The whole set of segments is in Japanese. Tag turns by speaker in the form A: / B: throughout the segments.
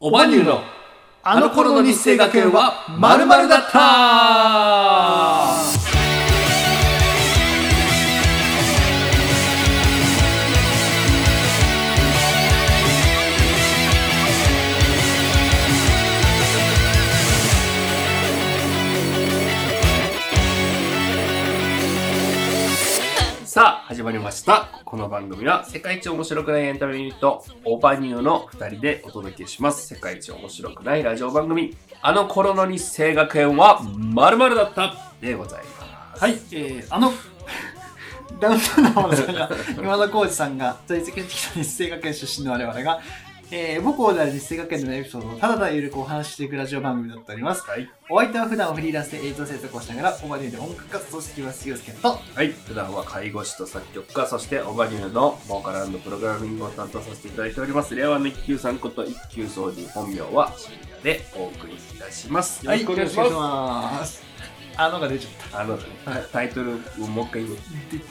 A: おばにゅうのあの頃の日生学園はまるだったさあ始まりましたこの番組は世界一面白くないエンタメユニットオーバーニューの2人でお届けします世界一面白くないラジオ番組あの頃の日生学園はまるだったでございます
B: はい、えー、あの、ダウンタウンの浜田さんが、今田耕司さんが在籍してきた日生学園出身の我々が、えー母校である日生学園でのエピソードをただただゆるくお話ししていくラジオ番組となっております。
A: はい、
B: お相手は普段はフリーランスで映像制作をしながら、オーバーニューで音楽活動をしています、ゆうすけと。
A: はい、普段は介護士と作曲家そしてオーバーニューのボーカルプログラミングを担当させていただいております令和の一級さんこと一級掃除本名は深夜でお送りいたしますよろしくお願いします、
B: ます。あのが出ちゃった。
A: あの、タイトルをもう一回言おう
B: 出出ち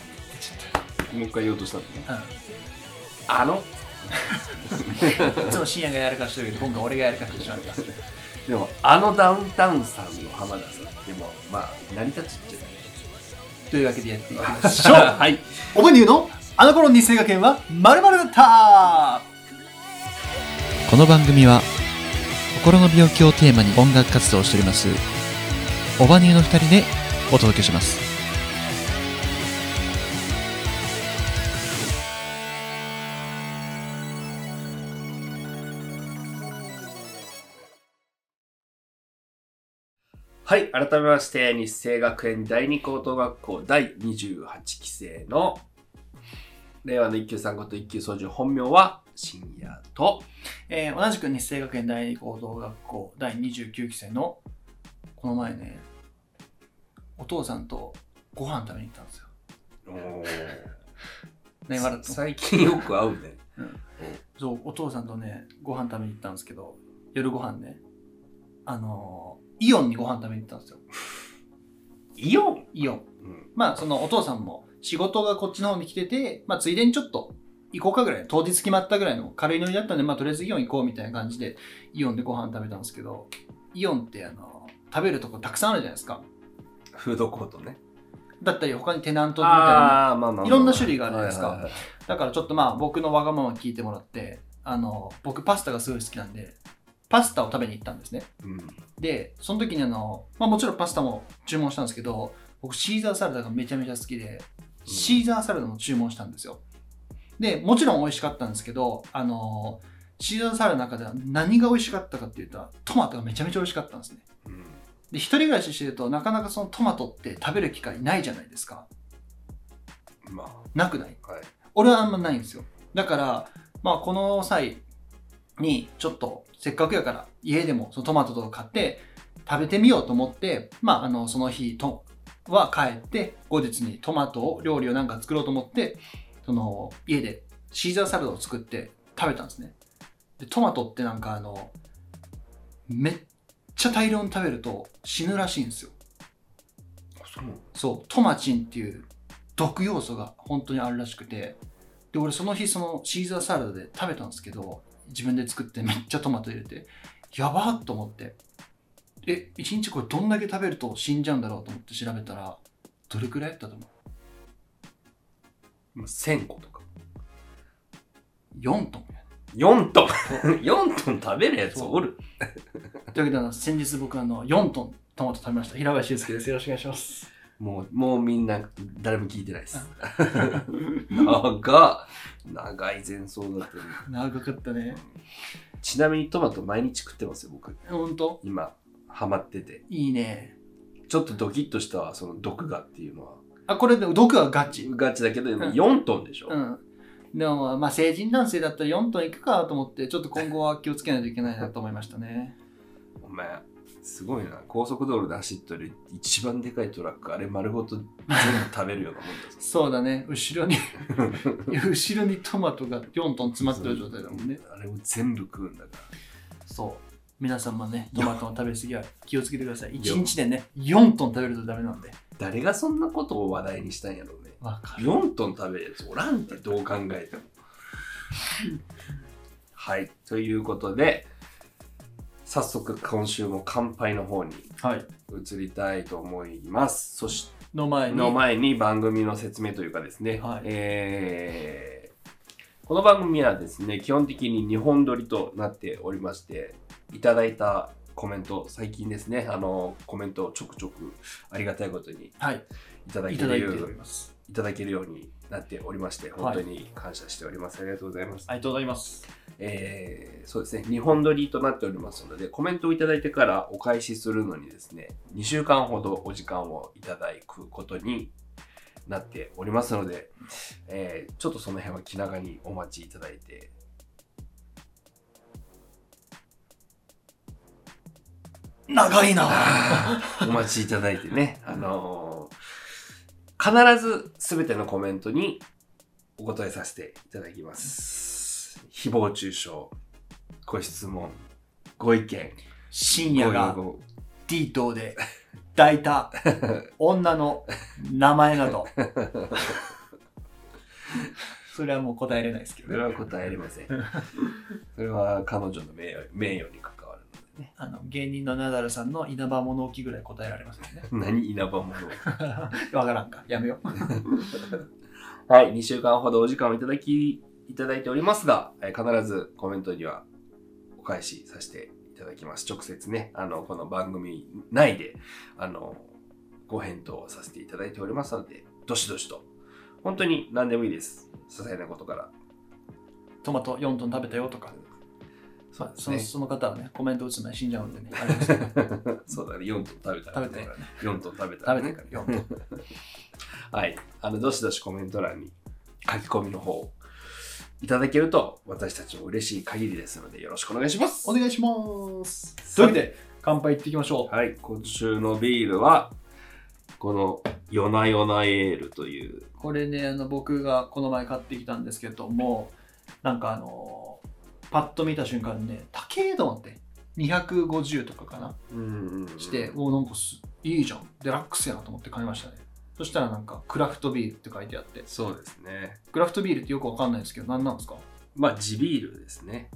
B: ゃっ
A: もう一回言おうとしたのね
B: た。うん
A: あの
B: いつも深夜がやるかしてるけど、今回俺がやるかしてしまった。
A: でもあのダウンタウンさんの浜田さんでもまあ成り立ちっちゃ
B: というわけでやっていきま
A: ない
B: しょ う。
A: はい
B: オバニューのあの頃の日生学園はまるだった
C: この番組は心の病気をテーマに音楽活動をしておりますオバニューの2人でお届けします
A: はい改めまして日生学園第二高等学校第28期生の令和の一級さんこと一級操縦本名は深夜と
B: えー、同じく日生学園第二高等学校第29期生のこの前ねお父さんとご飯食べに行ったんですよ。ね、笑っ
A: 最近よく会うね
B: そうお父さんとねご飯食べに行ったんですけど夜ご飯ねあのーイオンにご飯食べに行ったんですよ
A: イオン、
B: イオン。
A: うん、
B: まあそのお父さんも仕事がこっちの方に来てて、まあついでにちょっと行こうかぐらい、当日決まったぐらいの軽いノリだったんで、まあとりあえずイオン行こうみたいな感じで、イオンでご飯食べたんですけど、イオンってあの、食べるとこたくさんあるじゃないですか。
A: フードコートね
B: だったり他にテナントみたいな。
A: ああーまあまあまあ
B: いろんな種類があるじゃないですか
A: ははは
B: だからちょっとまあ僕のわがまま聞いてもらって、あの、僕パスタがすごい好きなんで、パスタを食べに行ったんですね。
A: うん
B: で、その時にあの、まあもちろんパスタも注文したんですけど、僕シーザーサラダがめちゃめちゃ好きで、シーザーサラダも注文したんですよ。で、もちろん美味しかったんですけど、あのーシーザーサラダの中では何が美味しかったかっていうと、トマトがめちゃめちゃ美味しかったんですね。
A: うん
B: で、一人暮らししてると、なかなかそのトマトって食べる機会ないじゃないですか。
A: ま
B: なくない
A: あはい
B: 俺はあんまないんですよだからまあこの際にちょっとせっかくやから家でもそのトマトとか買って食べてみようと思ってまああのその日とは帰って後日にトマトを料理をなんか作ろうと思ってその家でシーザーサラダを作って食べたんですねでトマトってなんかあのめっちゃ大量に食べると死ぬらしいんですよ
A: そう
B: そう、トマチンっていう毒要素が本当にあるらしくて、で、俺その日そのシーザーサラダで食べたんですけど、自分で作ってめっちゃトマト入れて、やばーっと思って、え、一日これどんだけ食べると死んじゃうんだろうと思って調べたら、どれくらいやったと思
A: まあ1000個とか
B: う ?4 トン。
A: 4トン 4トン食べるやつおる
B: というわけであの、先日僕あの、4トントマト食べました。平林祐介です。よろしくお願いします。
A: もうもうみんな誰も聞いてないです長っ長い前奏だったね
B: 長かったね。
A: ちなみにトマト毎日食ってますよ僕
B: ほんと
A: 今ハマってて
B: いいね。
A: ちょっとドキッとしたその毒がっていうのは
B: あ、これでも毒はガチ。
A: ガチだけど4トンでしょ、
B: うん。でも、まあ、成人男性だったら4トンいくかと思って、ちょっと今後は気をつけないといけないなと思いました ね。
A: お前すごいな高速道路で走ってる一番でかいトラックあれ丸ごと全部食べるようなもんだぞ
B: そうだね、後ろ に、後ろにトマトが4トン 詰まってる状態だもんね。
A: あれを全部食うんだから
B: そう。皆さんもね、トマトの食べ過ぎは気をつけてくださ
A: い
B: い。
A: や
B: 1日でね、4トン食べるとダメなんで。
A: 誰がそんなことを話題にしたんやろうね
B: わかる。
A: 4トン食べるやつおらんってど う考えても。はい、ということで、早速今週も乾杯の方に
B: はい。
A: 移りたいと思います。そし
B: の前に。
A: の前に番組の説明というかですね、
B: はい
A: えーこの番組はですね、基本的に2本撮りとなっておりまして、いただいたコメント、最近ですね、あの、コメントをちょくちょくありがたいことに
B: はい。
A: いただ
B: い
A: け
B: ただい
A: る
B: て
A: よう
B: おります。
A: いただけるようになっておりまして、本当に感謝しております。ありがとうございます。
B: ありがとうございます。
A: えーそうですね、2本撮りとなっておりますので、コメントをいただいてからお返しするのにですね、2週間ほどお時間をいただくことになっておりますので、えーちょっとその辺は気長にお待ちいただいて。
B: 長いな。
A: お待ちいただいてね、あのー必ず全てのコメントにお答えさせていただきます。誹謗中傷、ご質問、ご意見、
B: 深
A: ご
B: 夜
A: 要
B: が
A: 望、
B: ディートで抱いた女の名前など。それはもう答えれないですけ
A: そ
B: ど
A: れ
B: ね。
A: は答えれません。それは彼女の名誉名誉に関わるのでね。
B: あの芸人のナダルさんの稲葉物置ぐらい答えられますよね。
A: 何稲葉物。
B: わからんか。やめよう。
A: はい、2週間ほどお時間をいただき、いただいておりますが、えー必ずコメントにはお返しさせていただきます。直接ね、あの、この番組内で、あの、ご返答をさせていただいておりますので、どしどしと。本当に何でもいいです。些細なことから。
B: トマト4トン食べたよとか。
A: そうで
B: そ
A: す
B: の
A: ね。
B: その方はね、コメント打つ前に死んじゃうんでね。あれですけど
A: そうだね、4トン食べたら、
B: 食べ
A: ね。
B: てるからね。
A: 4トン食べた
B: 食
A: ら、
B: べて
A: ね
B: る。から4トン。
A: はい。あの、どしどしコメント欄に書き込みの方いただけると私たちも嬉しい限りですのでよろしくお願いします。
B: お願いします。というわけで、乾杯いっていきましょう。
A: はい。今週のビールは、このヨナヨナエールという、
B: これねあの僕がこの前買ってきたんですけどもなんかあのーパッと見た瞬間にね高えと思って250とかかなして、おなんかすいいじゃんデラックスやなと思って買いましたねそしたらなんかクラフトビールって書いてあって
A: そうですね。
B: クラフトビールってよくわかんないですけど何なんですか
A: まあ、地ビールですね。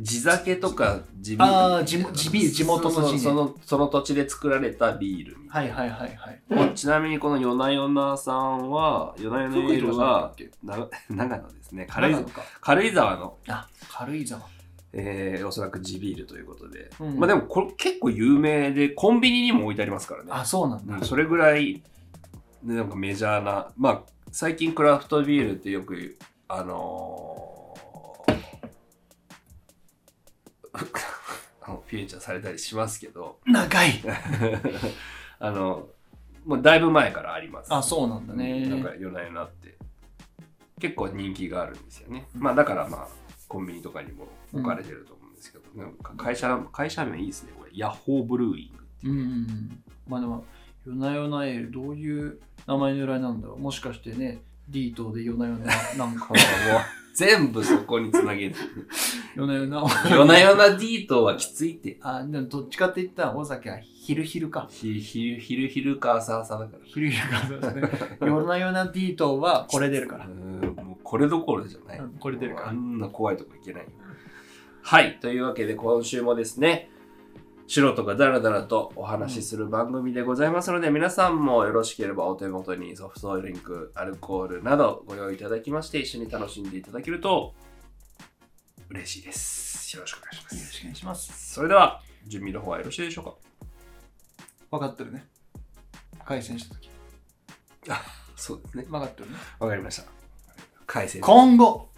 A: 地酒とか地ビール。
B: あー地も地ビール地元の地
A: そうそ
B: ね
A: うそのその土地で作られたビールみたい
B: はいはいはいはい
A: な、ちなみにこのヨナヨナさんは、ヨナヨナエ
B: 福井
A: ー
B: とか
A: ル
B: じゃなかった
A: は
B: っ、け
A: な長野ですね。軽井
B: 長
A: 沢
B: 野か
A: 軽井沢の、
B: あ軽井沢
A: えーおそらく地ビールということで、
B: うん
A: まあでもこれ結構有名でコンビニにも置いてありますからね
B: あそうなんだ、
A: うんそれぐらいねなんかメジャーなまあ最近クラフトビールってよくあのーあのフィーチャーされたりしますけ ど
B: 長い
A: あのもうだいぶ前からあります
B: あそうなんだね
A: なんか夜な夜なって結構人気があるんですよね、まあだからまあコンビニとかにも置かれてると思うんですけど、なんか会社会社名いいですねこれヤッホーブルーイングって
B: う
A: い
B: ん
A: う、
B: うんうん。まあでも、夜な夜なエール、どういう名前の由来なんだろうもしかしてね、D とで夜な夜ななん か、
A: 全部そこにつなげる
B: 夜な夜な。
A: 夜な夜な D とはきついって
B: あ、でもどっちかって言ったら、尾崎は昼昼か。
A: ひひるひるひるか朝朝だから
B: 昼昼かそうですね。 夜な夜な D とはこれ出るから
A: う。んもうこれどころじゃない、
B: うんこれ出るから
A: もうあんな怖いとこ行けないよはいというわけで今週もですね素人がダラダラとお話しする番組でございますので、皆さんもよろしければお手元にソフトドリンクアルコールなどご用意いただきまして一緒に楽しんでいただけると嬉しいですよろしくお願いしま
B: よろしくお
A: す
B: 願いします。
A: それでは準備の方はよろしいでしょうか
B: 分かってるね。回線した時
A: そうですね
B: 分かってるね。
A: わかりました改正
B: 今後、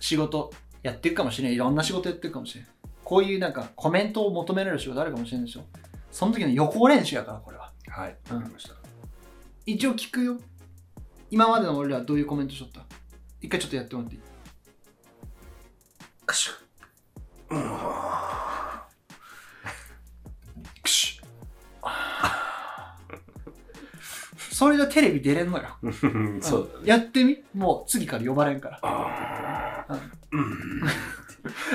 B: 仕事やっていくかもしれない。いろんな仕事やっていくかもしれない。こういうなんかコメントを求められる仕事あるかもしれないでしょ。その時の予行練習やから、これは。
A: はいわかりました、
B: 一応聞くよ今までの俺らどういうコメントしとった一回ちょっとやってもらっていい
A: クシュ
B: クシュそれじゃテレビ出れんのよ
A: そうだね。
B: やってみもう次から呼ばれんから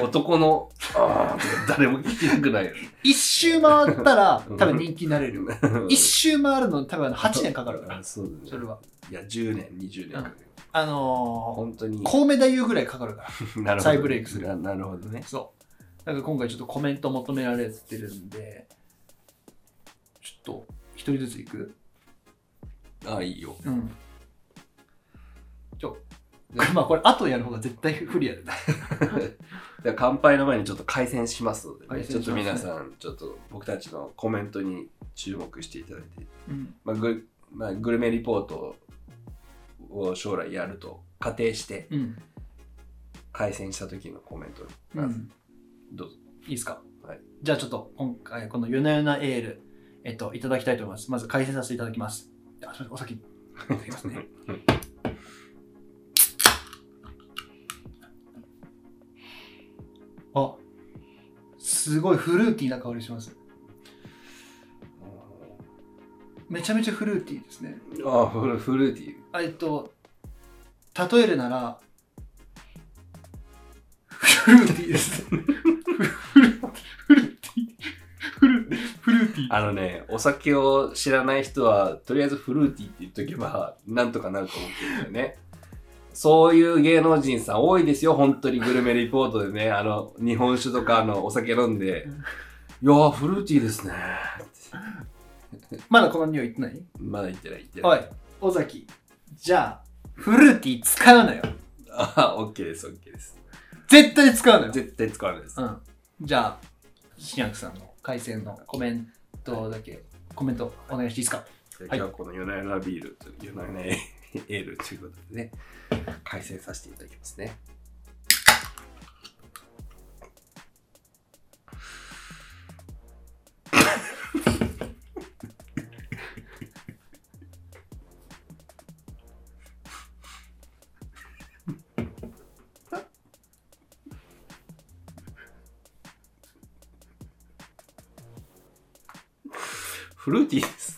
A: 男の、ああ、誰も聞きたくないよね。
B: 一周回ったら
A: うん
B: 多分人気になれる一周回るのに多分8年かかるから
A: あそうだね。
B: それは。
A: いや、10年、20年かかるよ。
B: あの
A: 本当に
B: ー、、コウメ太夫ぐらいかかるから
A: なるほど
B: 再ブレイクする
A: ななるほどね。
B: そうだから今回ちょっとコメント求められてるんで、ちょっと一人ずついく
A: ああ、いいよ。
B: うん。ちょ、まあこれ後でやる方が絶対不利やで。
A: じゃあ乾杯の前にちょっと改善しますのでね、
B: 改善し
A: ちょ
B: ま
A: っと
B: すね
A: 皆さん、ちょっと僕たちのコメントに注目していただいて、
B: うん。
A: まあグまあ、グルメリポートを将来やると仮定して、
B: うん。
A: 改善した時のコメント、
B: う
A: まず
B: ん、
A: どうぞ。
B: いいですか
A: はい。
B: じゃあちょっと今回この夜な夜なエール、えっと、いただきたいと思います。まず解説させていただきます。あ、すいませんお先に。いただきますね。あ、すごいフルーティーな香りします。めちゃめちゃフルーティーですね。
A: ああ、フルフルーティー。
B: あえっと、例えるなら、フルーティーです。フルフルーティー。フルフルーティー。
A: あのね、お酒を知らない人は、とりあえずフルーティーって言っとけば、なんとかなると思ってるんだよね。そういう芸能人さん多いですよ、本当にグルメリポートでね、あの、日本酒とか、あの、お酒飲んで、いやー、フルーティーですね。
B: まだこの匂い言ってない
A: まだ言ってない、言ってない。
B: お い、尾崎。じゃあ、フルーティー使うなよ。
A: ああ、OK です、OK です。
B: 絶対使うなよ。
A: 絶対使わないです。
B: うん。じゃあ、新薬さんの回線のコメントだけ、コメントお願いしていいですか
A: じゃあ今日はこの夜な夜なビールと、夜な夜なエールということでね、改善させていただきますね。フルーティーです。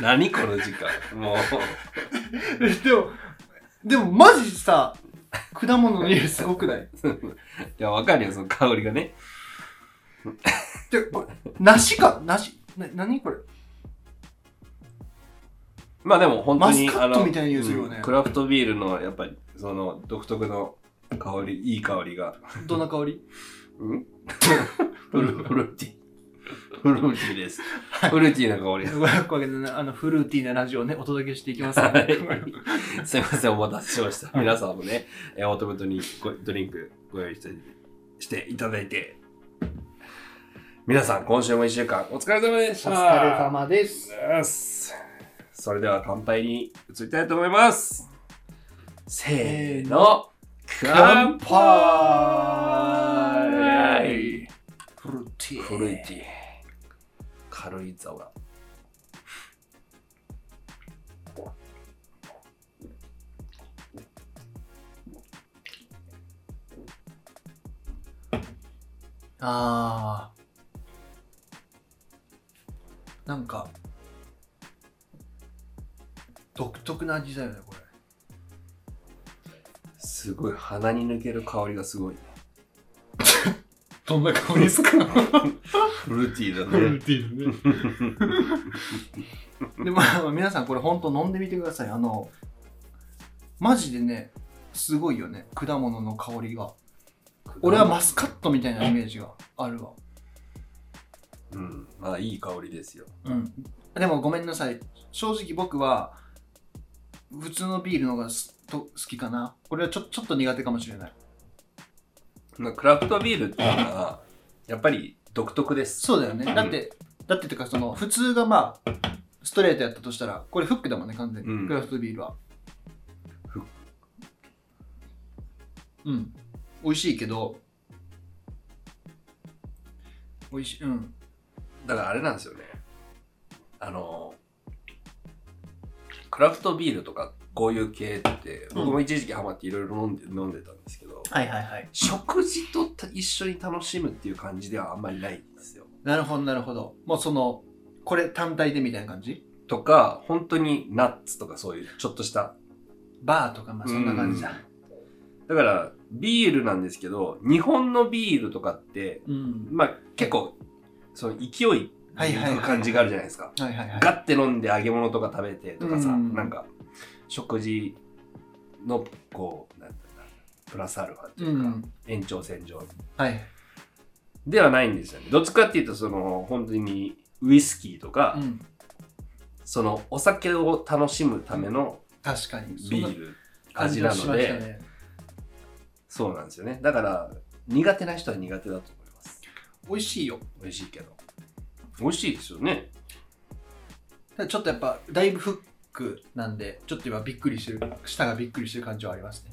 A: 何この時間もう
B: えでも、でもマジさ、果物の匂いすごくない
A: いやわかるよその香りがね
B: で、これ、梨か梨な、何これ
A: まあでも本当に
B: マスカットみたいな匂いするよね
A: うんクラフトビールのやっぱりその独特の香りいい香りが
B: どんな香り
A: うんフルフルーティーフルーティーですフルーティーな香り
B: というわけでね、あの、フルーティーなラジオをね、お届けしていきますの
A: は
B: で、
A: いすいません、お待たせしました。皆さんもね、えーお手元にごドリンクご用意してしていただいて、皆さん、今週も一週間お疲れ様でした。
B: お疲れ様です。
A: です。それでは乾杯に移りたいと思います。せーの、乾杯
B: フルーティー。
A: フルーティー。軽井沢。
B: あー。なんか、独特な味だよね、これ。
A: すごい、鼻に抜ける香りがすごい。
B: どんな香りですか
A: フルーティー
B: フ
A: だね。
B: ルーティーだね。 でも、まあ皆さんこれ本当飲んでみてください。あの、マジでね、すごいよね。果物の香りが。俺はマスカットみたいなイメージがあるわ。
A: うん、まあいい香りですよ。
B: うん。でもごめんなさい。正直僕は、普通のビールの方がすと好きかな。これはちょちょっと苦手かもしれない。
A: まあクラフトビールっていうのは、やっぱり独特です。
B: そうだよね。だって、だっててかその、普通がまあ、ストレートやったとしたら、これフックだもんね、完全に。
A: うん
B: クラフトビールは。
A: フッ
B: うん。美味しいけど、美味しい、うん。
A: だからあれなんですよね。あの、クラフトビールとかこういう系って、僕も一時期ハマっていろいろ飲んで飲んでたんですけど、
B: はいはいはい。
A: 食事とた一緒に楽しむっていう感じではあんまりないんですよ。
B: なるほどなるほど。もうその、これ単体でみたいな感じ
A: とか、本当にナッツとかそういうちょっとした。
B: バーとか、まあそんな感じだ。
A: だから、ビールなんですけど、日本のビールとかって、
B: うん。
A: まあ結構、その勢い、
B: はいはいはい
A: 感じがあるじゃないですか。
B: はいはいはい。
A: ガッて飲んで揚げ物とか食べてとかさ、
B: うん
A: なんか食事のこうなんだろうなプラスアルファと
B: う
A: いうか、
B: ん。
A: 延長線上
B: はい。
A: ではないんですよねどっちかっていうとその本当にウイスキーとか、
B: うん。
A: そのお酒を楽しむための
B: 確かに。
A: ビー
B: ル
A: ル味なので、そうなんですよねだから苦手な人は苦手だと思います
B: 美味しいよ。
A: 美味しいけど美味しいですよね
B: ただちょっとやっぱ、だいぶフックなんで、ちょっと今びっくりしてる、舌がびっくりしてる感じはありますね。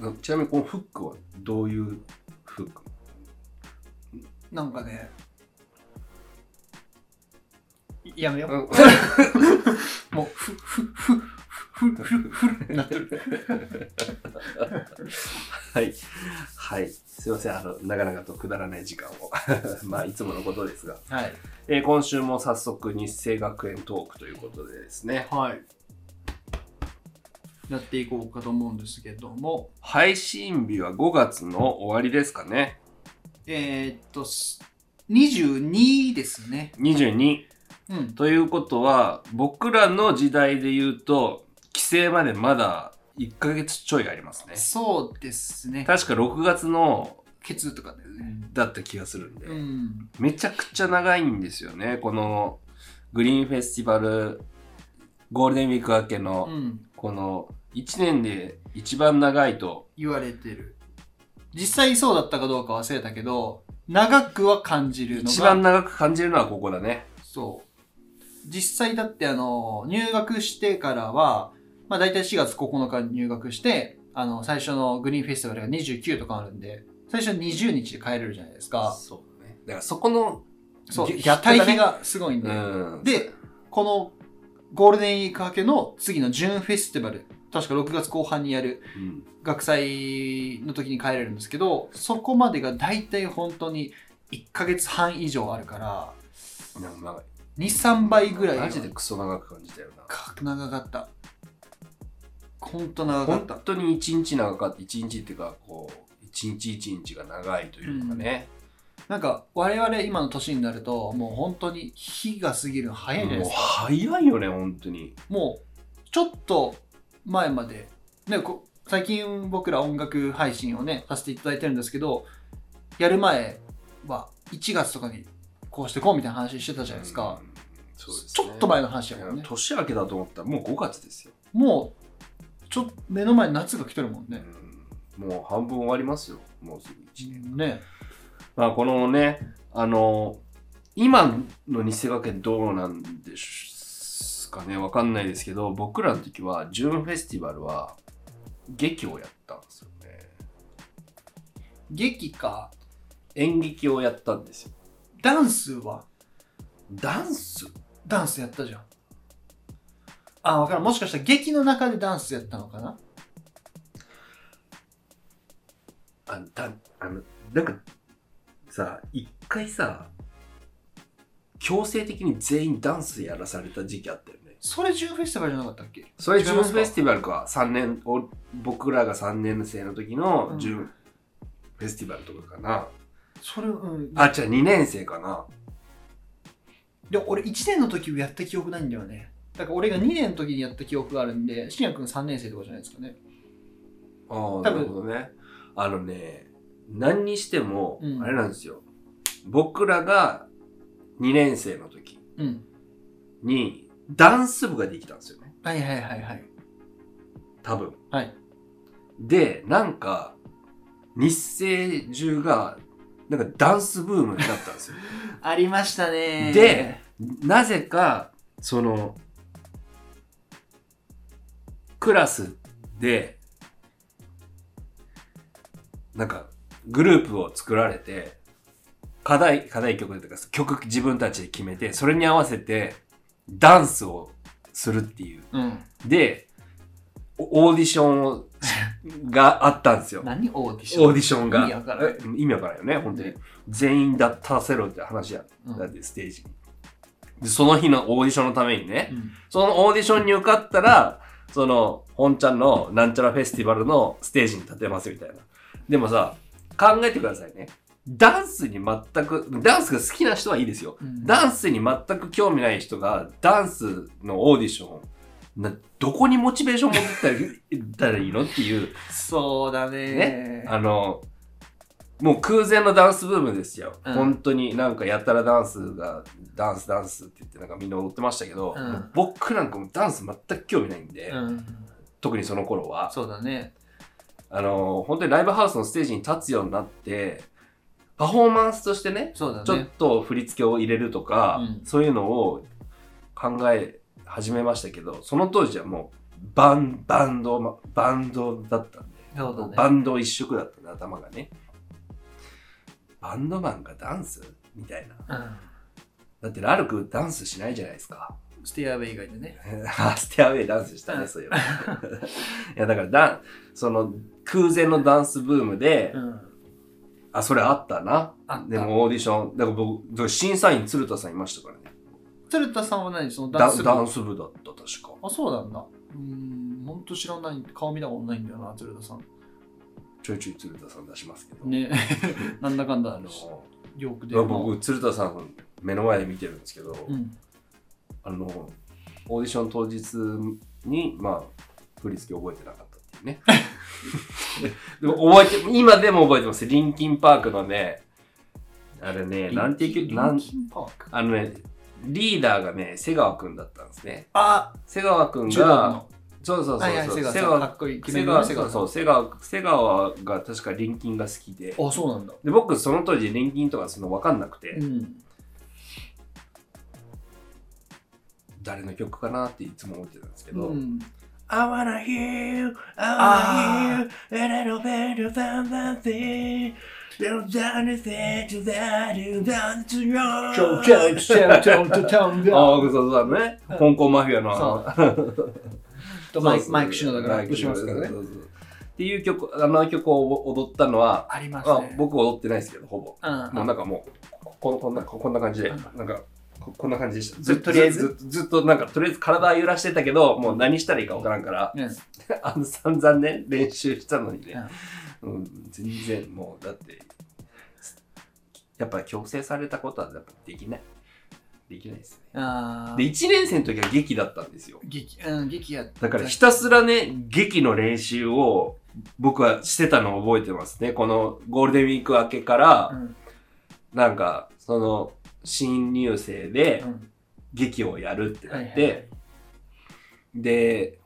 A: なちなみにこのフックはどういうフック
B: なんかね、いやめよう。もう、ふ、ふ、ふ、ふ、ふ、ふ、ふ、ふ、なって る。
A: はいはいすいませんあの長々とくだらない時間を まあいつものことですが、
B: はい。
A: えー今週も早速日生学園トークということでですね
B: はい。やっていこうかと思うんですけども、
A: 配信日は5月の終わりですかね
B: えー、っと、す22ですね。
A: 22
B: うん。
A: ということは僕らの時代で言うと帰省までまだ1ヶ月ちょいありますね
B: そうですね。
A: 確か6月の
B: ケツとかだよね。
A: だった気がするんで、
B: うん。
A: めちゃくちゃ長いんですよねこのグリーンフェスティバルゴールデンウィーク明け
B: う
A: の
B: ん。
A: この1年で一番長いと
B: 言われてる。実際そうだったかどうか忘れたけど、長くは感じるのが。
A: 一番長く感じるのはここだね
B: そう。実際だってあの、入学してからは、まあ大体4月9日に入学して、あの、最初のグリーンフェスティバルが29とかあるんで、最初20日で帰れるじゃないですか。
A: そうねだからそこの
B: そう、
A: ぎ
B: 逆対比がすごいんで。
A: うん
B: で、このゴールデンウィーク明けの次の準フェスティバル、確か6月後半にやる
A: うん
B: 学祭の時に帰れるんですけど、そこまでが大体本当に1ヶ月半以上あるから、
A: なんか長い
B: 2、3倍ぐらいは
A: マジでクソ長く感じたよな
B: か長かったほんと長かっ
A: 本
B: た
A: 当に一日長かった一日っていうかこう一日一日が長いというかね、
B: なんか我々今の年になるともう本当に日が過ぎるの早いじゃない
A: も
B: で
A: う
B: すか
A: 早いよね本当に
B: もうちょっと前まで、ね、こ最近僕ら音楽配信をねさせていただいてるんですけどやる前は1月とかにこうしてこうみたいな話してたじゃないですか、
A: うんそうですね
B: ちょっと前の話やもんね
A: 年明けだと思ったらもう5月ですよ、
B: もうちょ目の前に夏が来てるもんね、
A: うんもう半分終わりますよもうすぐ1年、
B: ね
A: まあこのねあの今の偽学園どうなんですかねわかんないですけど僕らの時はジューンフェスティバルは劇をやったんですよね
B: 劇か
A: 演劇をやったんですよ
B: ダンスは
A: ダンス
B: ダンスやったじゃん。あ、わからん。もしかしたら劇の中でダンスやったのかな
A: あだあのなんかさ一回さ強制的に全員ダンスやらされた時期あったよね
B: それ準フェスティバルじゃなかったっけ
A: それ
B: 違い
A: ジュ
B: ま
A: ン
B: すか
A: フェスティバルか3年お僕らが3年生の時のジュ
B: う
A: ンフェスティバルとかかな、
B: それ、うん。
A: あじゃあ2年生かな
B: でも俺1年の時やった記憶ないんだよね。だから俺が2年の時にやった記憶があるんで、しんやくん3年生とかじゃないですかね。
A: ああ
B: 多分
A: なるほどねあのね何にしても
B: うん
A: あれなんですよ、僕らが2年生の時
B: うん。
A: にダンス部ができたんですよね
B: はいはいはいはい。
A: 多分
B: はい
A: でなんか日生中がなんかダンスブームになったんですよ
B: ありましたね
A: で、なぜかそのクラスでなんかグループを作られて課題課題曲とか曲自分たちで決めてそれに合わせてダンスをするっていう
B: うん。
A: で、おオーディションをがあったん ですよ。
B: 何オーディション
A: オーディションが。
B: 意味わからない
A: え意味わからないよね、本当に。全員だ立たせろって話や。
B: うん
A: だってステージに。で、その日のオーディションのためにね、
B: うん
A: そのオーディションに受かったら、その、本ちゃんのなんちゃらフェスティバルのステージに立てますみたいな。でもさ、考えてくださいね。ダンスに全く、ダンスが好きな人はいいですよ。
B: うん
A: ダンスに全く興味ない人がダンスのオーディションなどこにモチベーション持ってったらたらいいのっていう、
B: そうだね
A: あの、もう空前のダンスブームですよ。
B: うん
A: 本当になんかやたらダンスが、ダンスダンスって言ってなんかみんな踊ってましたけど、
B: うん
A: もう僕なんかもうダンス全く興味ないんで、
B: うん、
A: 特にその頃は、
B: そうだね
A: あの、本当にライブハウスのステージに立つようになって、パフォーマンスとしてね、
B: そうだね
A: ちょっと振り付けを入れるとか、
B: うん
A: そういうのを考え始めましたけどその当時はもうバンバンドまバンドだったんで、
B: そう
A: もう
B: だ
A: バ
B: ね
A: ンド一色だったんで頭がねバンドマンがダンスみたいなだってラルクダンスしないじゃないですか
B: うんステアウェイ以外でね
A: あステアウェイダンスしたねそういえばいやだからダンその空前のダンスブームで、
B: ん
A: あそれあったな
B: あった
A: でもオーディションだから僕だから審査員鶴田さんいましたからね
B: 鶴田さんは何その
A: ダ
B: ダ
A: ン
B: ン
A: ス
B: ス
A: ダンス部だった確か
B: あそうなんだうんほんと知らない顔見たことないんだよな鶴田さん
A: ちょいちょい鶴田さん出しますけど、
B: ねなんだかんだ
A: あ
B: あ
A: の
B: のよくで
A: 僕鶴田さん目の前で見てるんですけど、
B: うん
A: あのオーディション当日にまあ振り付け覚えてなかったっていうね でも覚えて今でも覚えてますリンキンパークのねあれねなんていう
B: リン
A: なん
B: キンパーク
A: あのねリーダーがね瀬川くんだったんですね
B: あ
A: 瀬川くん
B: 中学
A: が
B: の
A: そうそうそうそう、
B: はいはい瀬川
A: 瀬
B: さんか
A: 川
B: っこいい決
A: 瀬
B: めるの
A: 川
B: 瀬川さ
A: そ
B: ん
A: う瀬川瀬川が確かリンキンが好きで
B: あそうなんだ
A: で僕その当時年金とかその分かんなくて、
B: うん
A: 誰の曲かなっていつも思ってたんですけ
B: う
A: ど、
B: ん
A: I wanna hear you, I
B: あ
A: wanna hear you, a little bit of something Little tiny thing to that you done to your あ
B: ああ
A: あ、そうそうだね。香港マフィアのあの
B: とマイクマイクシュノだからアップしますけど。ね
A: そうそうそうっていう曲、あの曲を踊ったのは、
B: あります
A: あ
B: ね
A: 僕踊ってないですけど、ほぼ。
B: うん
A: もうなんかもう、こここんなここんな感じで、
B: う
A: なん
B: ん
A: かここんな感じでした。
B: ずとりあえず
A: ずずずっとなんか、とりあえず体揺らしてたけど、もう何したらいいかわからんから、
B: ね
A: あの散々ね、練習したのにね、うん、全然もう、だって、やっぱ強制されたことはやっぱできない。できないですね。
B: あ
A: で、1年生の時は劇だったんですよ。
B: 劇うん劇や
A: だからひたすらね、劇の練習を僕はしてたのを覚えてますね。このゴールデンウィーク明けから、
B: うん
A: なんか、その、新入生で
B: うん
A: 劇をやるってなっ
B: はいはいは
A: て、で、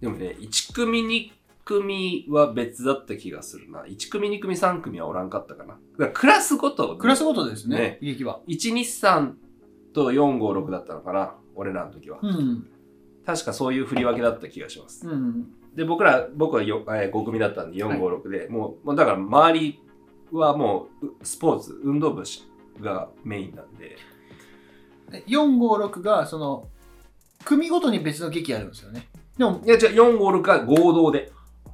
A: でもね、1組2組は別だった気がするな。1組2組3組はおらんかったかな。だからクラスごと、
B: クラスごとです
A: ね
B: ね劇は
A: 1、2、3と4、5、6だったのかな。俺らの時は。
B: うん
A: 確かそういう振り分けだった気がします。
B: うん
A: で、僕ら、僕はよ、えー5組だったんで、4、5、6で、もう、もうだから周りはもうう、スポーツ、運動部しがメインなんで、
B: 456がその組ごとに別の劇やるんですよねでも
A: いや、じゃ4、5、6は合同で。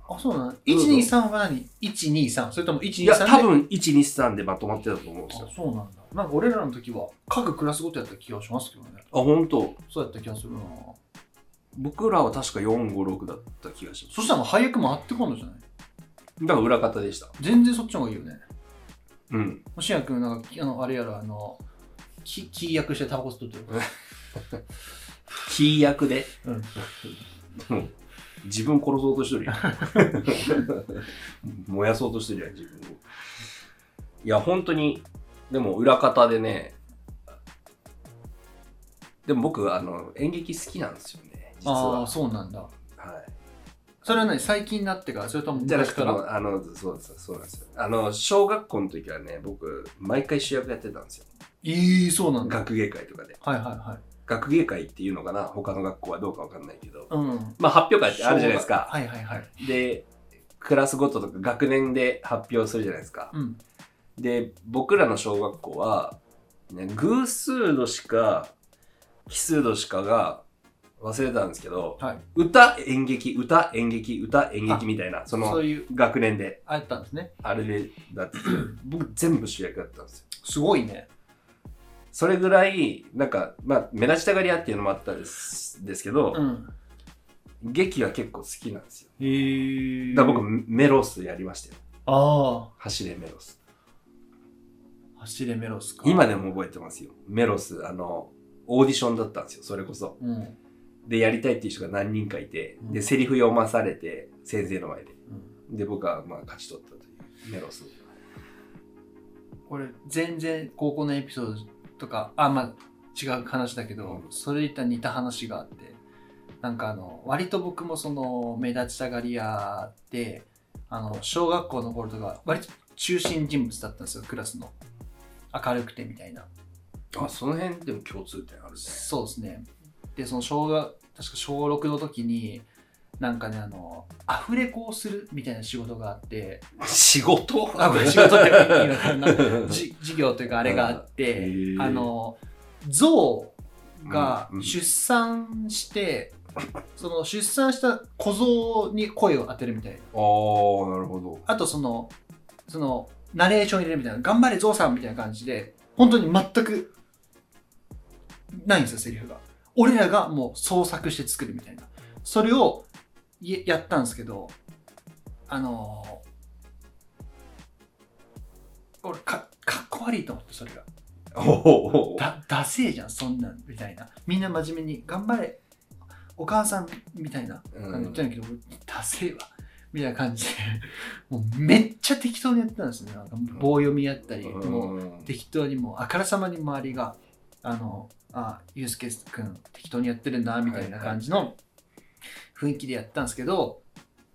B: あそうなの123は何123それとも123で
A: いや、多分、1、2、3でまとまってたと思うんですよ
B: あ。そうなんだなんか俺らの時は各クラスごとやった気がしますけどね
A: あ、本当
B: そうやった気がするな
A: 僕らは確か4、5、6だった気がします。
B: そしたらもう配役回ってこんのじゃない
A: だから裏方でした。
B: 全然そっちの方がいいよね
A: うん。
B: もしやくんなんかあのあれやらあのキキー役してタバコ吸っとってる
A: キー役で。
B: うん
A: うん自分殺そうとしてるやん。 燃やそうとしてるやん、自分を。いや、本当に、でも裏方でね、でも僕、あの、演劇好きなんですよね、実
B: ああー
A: は。
B: そうなんだ
A: は
B: それは何最近になってからそれとも
A: い、じゃなくて
B: 昔
A: も、あの、そうですそうなんですよ。あの、小学校の時はね、僕、毎回主役やってたんですよ。
B: えー、そうなんだ
A: 学芸会とかで。
B: はいはいはい
A: 学芸会っていうのかな他の学校はどうかわかんないけど。
B: うん
A: まあ、発表会ってあるじゃないですか。
B: はいはいはい
A: でクラスごととか学年で発表するじゃないですか
B: うん
A: で僕らの小学校は、ね、偶数年か奇数年かが忘れたんですけど
B: はい
A: 歌演劇歌演劇歌演劇みたいなそ
B: そ
A: の
B: ういう
A: 学年で
B: あったんですね
A: あれでだって僕全部主役だったんですよ
B: すごいね
A: それぐらいなんか、まあ、目立ちたがり屋っていうのもあったですですけど、
B: うん
A: 劇は結構好きなんですよ
B: へえー、
A: だから僕メロスやりましたよ
B: あ
A: 走れメロス
B: あ走れメロスか
A: 今でも覚えてますよ。メロス、あの、オーディションだったんですよ、それこそ。
B: うん。
A: で、やりたいっていう人が何人かいて、
B: う
A: で、
B: ん
A: セリフ読まされて、先生の前で。
B: うん
A: で、僕はまあ勝ち取ったという、メロス。
B: これ、全然高校のエピソードとか、あ、まあ、違う話だけど、それと似た話があって、なんかあの、割と僕もその、目立ちたがり屋で、あの、小学校の頃とか、割と中心人物だったんですよ、クラスの。明るくてみたいな。
A: あ、その辺でも共通点あるね。
B: そうですね。で、その小学、確か小6の時に、なんかね、あの、アフレコをするみたいな仕事があって、
A: 仕事
B: あ、これ仕事っていう か今からなじ授業というかあれがあっ
A: へ
B: て
A: ー、
B: あの、象が
A: うんうん
B: 出産して、その出産した小象に声を当てるみたいな。
A: ああ、なるほど。
B: あとその、その、ナレーション入れるみたいな、頑張れ象さんみたいな感じで、本当に全く、ないんですよ、セリフが。俺らがもう創作して作るみたいな。それをや、やったんですけど、あのー俺か、かっこ悪いと思って、それが。
A: おお。
B: だ、ダセえじゃん、そんなん、みたいな。みんな真面目に、頑張れ、お母さん、みたいな。
A: う
B: 言っ
A: ん
B: てんだけど、俺ダセえわ。みたいな感じで、 もうめっちゃ適当にやってたんですね。なんか棒読みやったり、もう
A: うん
B: 適当にもう、あからさまに周りが、あの、あ、ゆうすけくん適当にやってるな、みたいな感じの雰囲気でやったんですけど、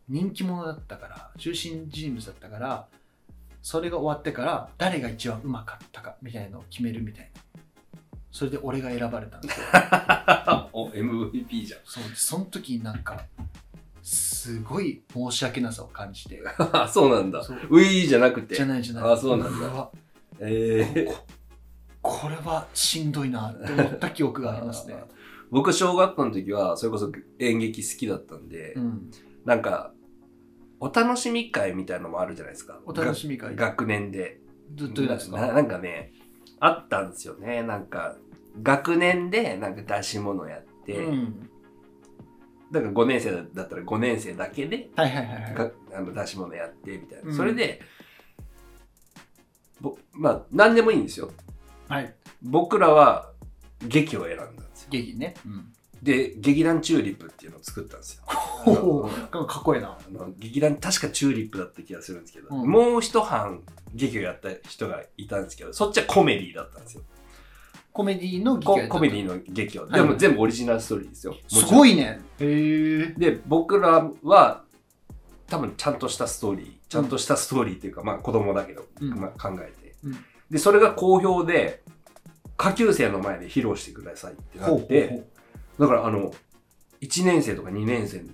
B: 人気者だったから、中心人物だったから、それが終わってから、誰が一番うまかったか、みたいなのを決めるみたいな。それで俺が選ばれたんです
A: お MVP じゃん。
B: そうでその時になんかすごい申し訳なさを感じて
A: あ、 そうなんだ
B: そう。
A: ウィーじゃなくて
B: じゃ。ないじゃない
A: あそうなんだ
B: わ
A: ええ
B: ここれはしんどいなって思った記憶がありますね
A: 僕小学校の時はそれこそ演劇好きだったんで、
B: うん
A: なんかお楽しみ会みたいのもあるじゃないですか
B: お楽しみ会
A: が学年で
B: どどうです
A: な
B: か
A: なんかねあったんですよねなんか学年でなんか出し物やって、
B: うん
A: だから5年生だったら5年生だけで
B: はいはいはいはい
A: があの出し物やってみたいな、
B: うん
A: それでぼまあ何でもいいんですよ
B: はい
A: 僕らは劇を選んだんですよ
B: 劇ねうん
A: で劇団チューリップっていうのを作ったんですよあ
B: ほ
A: の
B: ほかっこいいな
A: あの劇団確かチューリップだった気がするんですけど、
B: うん
A: もう一班劇をやった人がいたんですけどそっちはコメディだったんですよ
B: コメディの
A: コ
B: 劇
A: コメディの劇を
B: い
A: でも全部オリジナルストーリーですよ
B: すご
A: い
B: いねへえ
A: で僕らは多分ちゃんとしたストーリーちゃんとしたストーリーっていうか、まあ子供だけど、
B: うん
A: まあ、考えて、
B: うん
A: でそれが好評で下級生の前で披露してくださいってなってだからあの1年生とか2年生の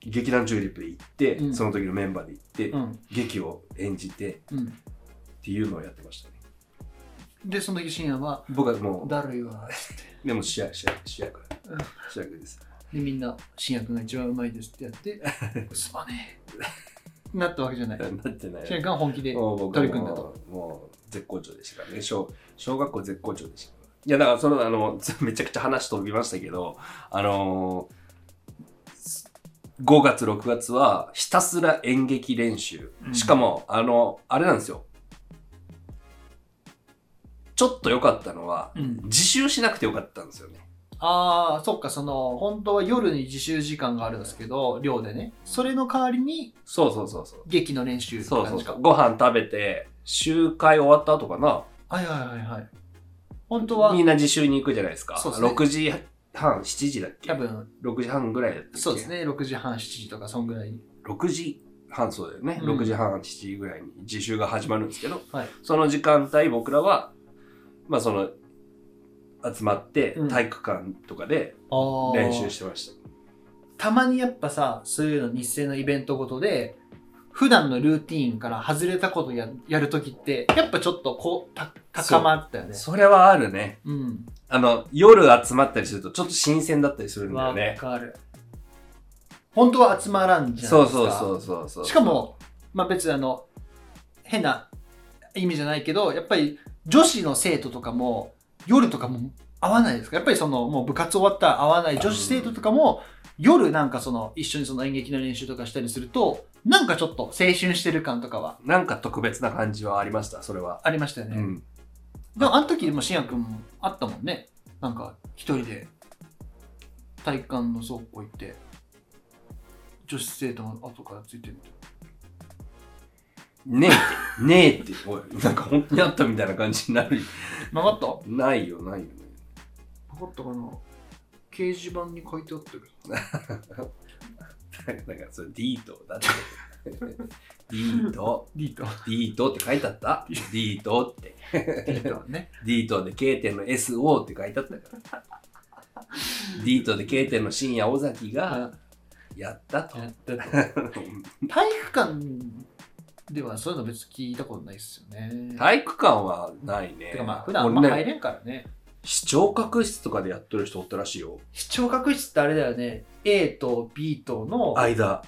A: 劇団チューリップで行って、
B: うん
A: その時のメンバーで行って、
B: うん
A: 劇を演じてっ
B: うん
A: ていうのをやってましたね
B: でその時深夜は
A: 僕は
B: 「
A: も
B: だるいわ
A: うでも主役主役主役
B: うん
A: 主役です」
B: でみんな「新薬が一番うまいです」ってや って「すまねえ」なったわけじゃない
A: なってない
B: シェン君は本気で。
A: もう僕は
B: 取り組んだと
A: もうもう絶好調でしたからね小小学校絶好調でしたからいやだからそのあの めちゃくちゃ話飛びましたけどあのー5月6月はひたすら演劇練習、
B: うん
A: しかもあのあれなんですよちょっと良かったのは
B: うん、
A: 自習しなくてよかったんですよね
B: ああ、そっか、その、本当は夜に自習時間があるんですけど、寮でね。それの代わりに、
A: そうそうそうそう
B: 劇の練習って
A: そうそ
B: 感
A: う
B: じか。
A: そうご飯食べて集会終わった後かな
B: はいはいはいはい。本当は
A: み、んな自習に行くじゃないですか
B: そうですね
A: 6時半7時だっけ
B: 多分、
A: 6時半ぐらいだったっけ
B: そうですね、6時半、7時とか、そんぐらいに。
A: 6時半そうだよね、
B: うん
A: 6時半7時ぐらいに自習が始まるんですけど、
B: はい
A: その時間帯僕らはまあその集まって
B: うん
A: 体育館とかで
B: あ
A: 練習してました、
B: たまにやっぱさ、そういうの日生のイベントごとで、普段のルーティーンから外れたことややるときって、やっぱちょっとこう、た高まったよね。
A: それはあるね
B: うん。
A: あの夜集まったりするとちょっと新鮮だったりするんだよ
B: わ
A: ね
B: かる。本当は集まらんじゃな
A: そ
B: いで
A: う
B: すか。
A: そうそうそうそう
B: しかも、まあ、別にあの変な意味じゃないけどやっぱり女子の生徒とかも夜とかも会わないですかやっぱりそのもう部活終わったら会わない女子生徒とかも、夜なんかその一緒にその演劇の練習とかしたりするとなんかちょっと青春してる感とかは
A: なんか特別な感じはありましたそれは、
B: ありましたよね、
A: うん
B: でもあの時もしんやくんもあったもんねなんか一人で体育館の倉庫行って女子生徒の後からついてるみたい
A: ねえって、ねえって、おい、なんか本当にあったみたいな感じになる。
B: な曲がった
A: ないよ、ないよね。
B: 分かったかな掲示板に書いてあったけど
A: なんか、なんかそれ、D と、だって。D と、
B: リート
A: D とって書いてあった ?D とって。
B: リ ートね
A: D とで K 点の SO って書いてあったから。D とで K 点の深夜尾崎がやったと。
B: 体育館ではそういうの別に聞いたことないですよね
A: 体育館はないね。
B: てかまあ普段あんま
A: 俺
B: 入
A: ね、
B: れんからね
A: 視聴覚室とかでやってる人おったらしいよ。
B: 視聴覚室ってあれだよね A と B との
A: 間。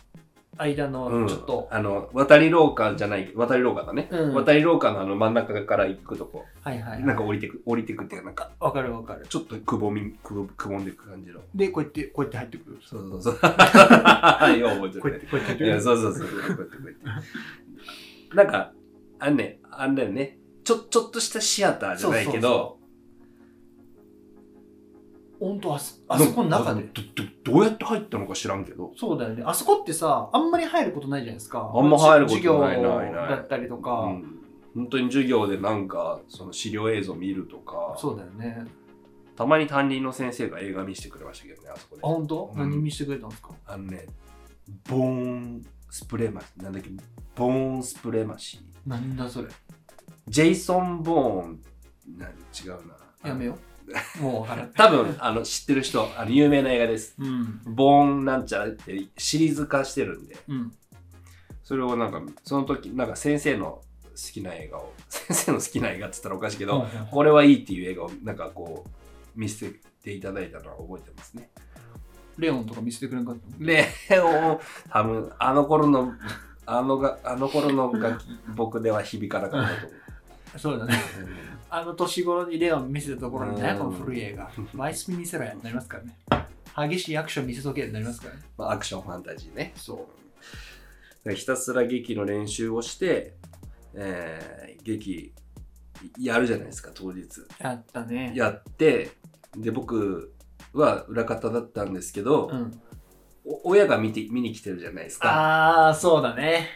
B: 間
A: う
B: の
A: ん、
B: ちょっと、
A: あの、渡り廊下じゃない、渡り廊下だね。
B: うん
A: 渡り廊下のあの真ん中から行くとこ、
B: はいはい
A: なん
B: は
A: か降りてく、降りてくっていうか、なんか、
B: いわかるわかる
A: ちょっとくぼみ、くぼくぼんでいく感じの。
B: でこうやってこうやって入ってくる
A: そうそうそう。 よう覚えてる、ね。
B: こうやってこうやって入って
A: い
B: く
A: や、
B: る
A: そうそうそう。こうやってこうやって。なんか、あんね、あんだよね。ちょ、ちょっとしたシアターじゃないけど、
B: 本当あそあそこの中で
A: どど、どうやって入ったのか知らんけど。
B: そうだよねあそこってさあんまり入ることないじゃないですか
A: あんま入ることない
B: 授業
A: ないない
B: だったりとか、
A: うん。本当に授業でなんか、その資料映像見るとか、
B: そうだよね
A: たまに担任の先生が映画見せてくれましたけどね、あそこで
B: あ。本当、
A: うん
B: 何見せてくれたんですか
A: あのね、ボーンスプレーマシー、なんだっけ、ボーンスプレーマシー。
B: なんだそれ
A: ジェイソン・ボーン、な違うな。
B: やめようもう分からん
A: 多分あの知ってる人、あの有名な映画です。
B: うん
A: ボーンなんちゃらってシリーズ化してるんで、
B: うん
A: それをなんか、その時、なんか先生の好きな映画を、 先生の好きな映画って言ったらおかしいけど、これはいいっていう映画を、なんかこう、見せていただいたのは覚えてますね。
B: レオンとか見せてくれんかった
A: レオ、多分あの頃の、あのが、あの頃の楽器、僕では響かなかったと思う。
B: そうだねあの年頃にレオン見せたところにね、
A: うん
B: この古い映画。毎月見せろやになりますからね。激しいアクション見せとけになりますからね。
A: まあ、アクションファンタジーね。
B: そう。
A: だからひたすら劇の練習をして、えー劇やるじゃないですか、当日。
B: やったね。
A: やって、で、僕は裏方だったんですけど、
B: うん。
A: お親が見て見に来てるじゃないですか。
B: あー、そうだね。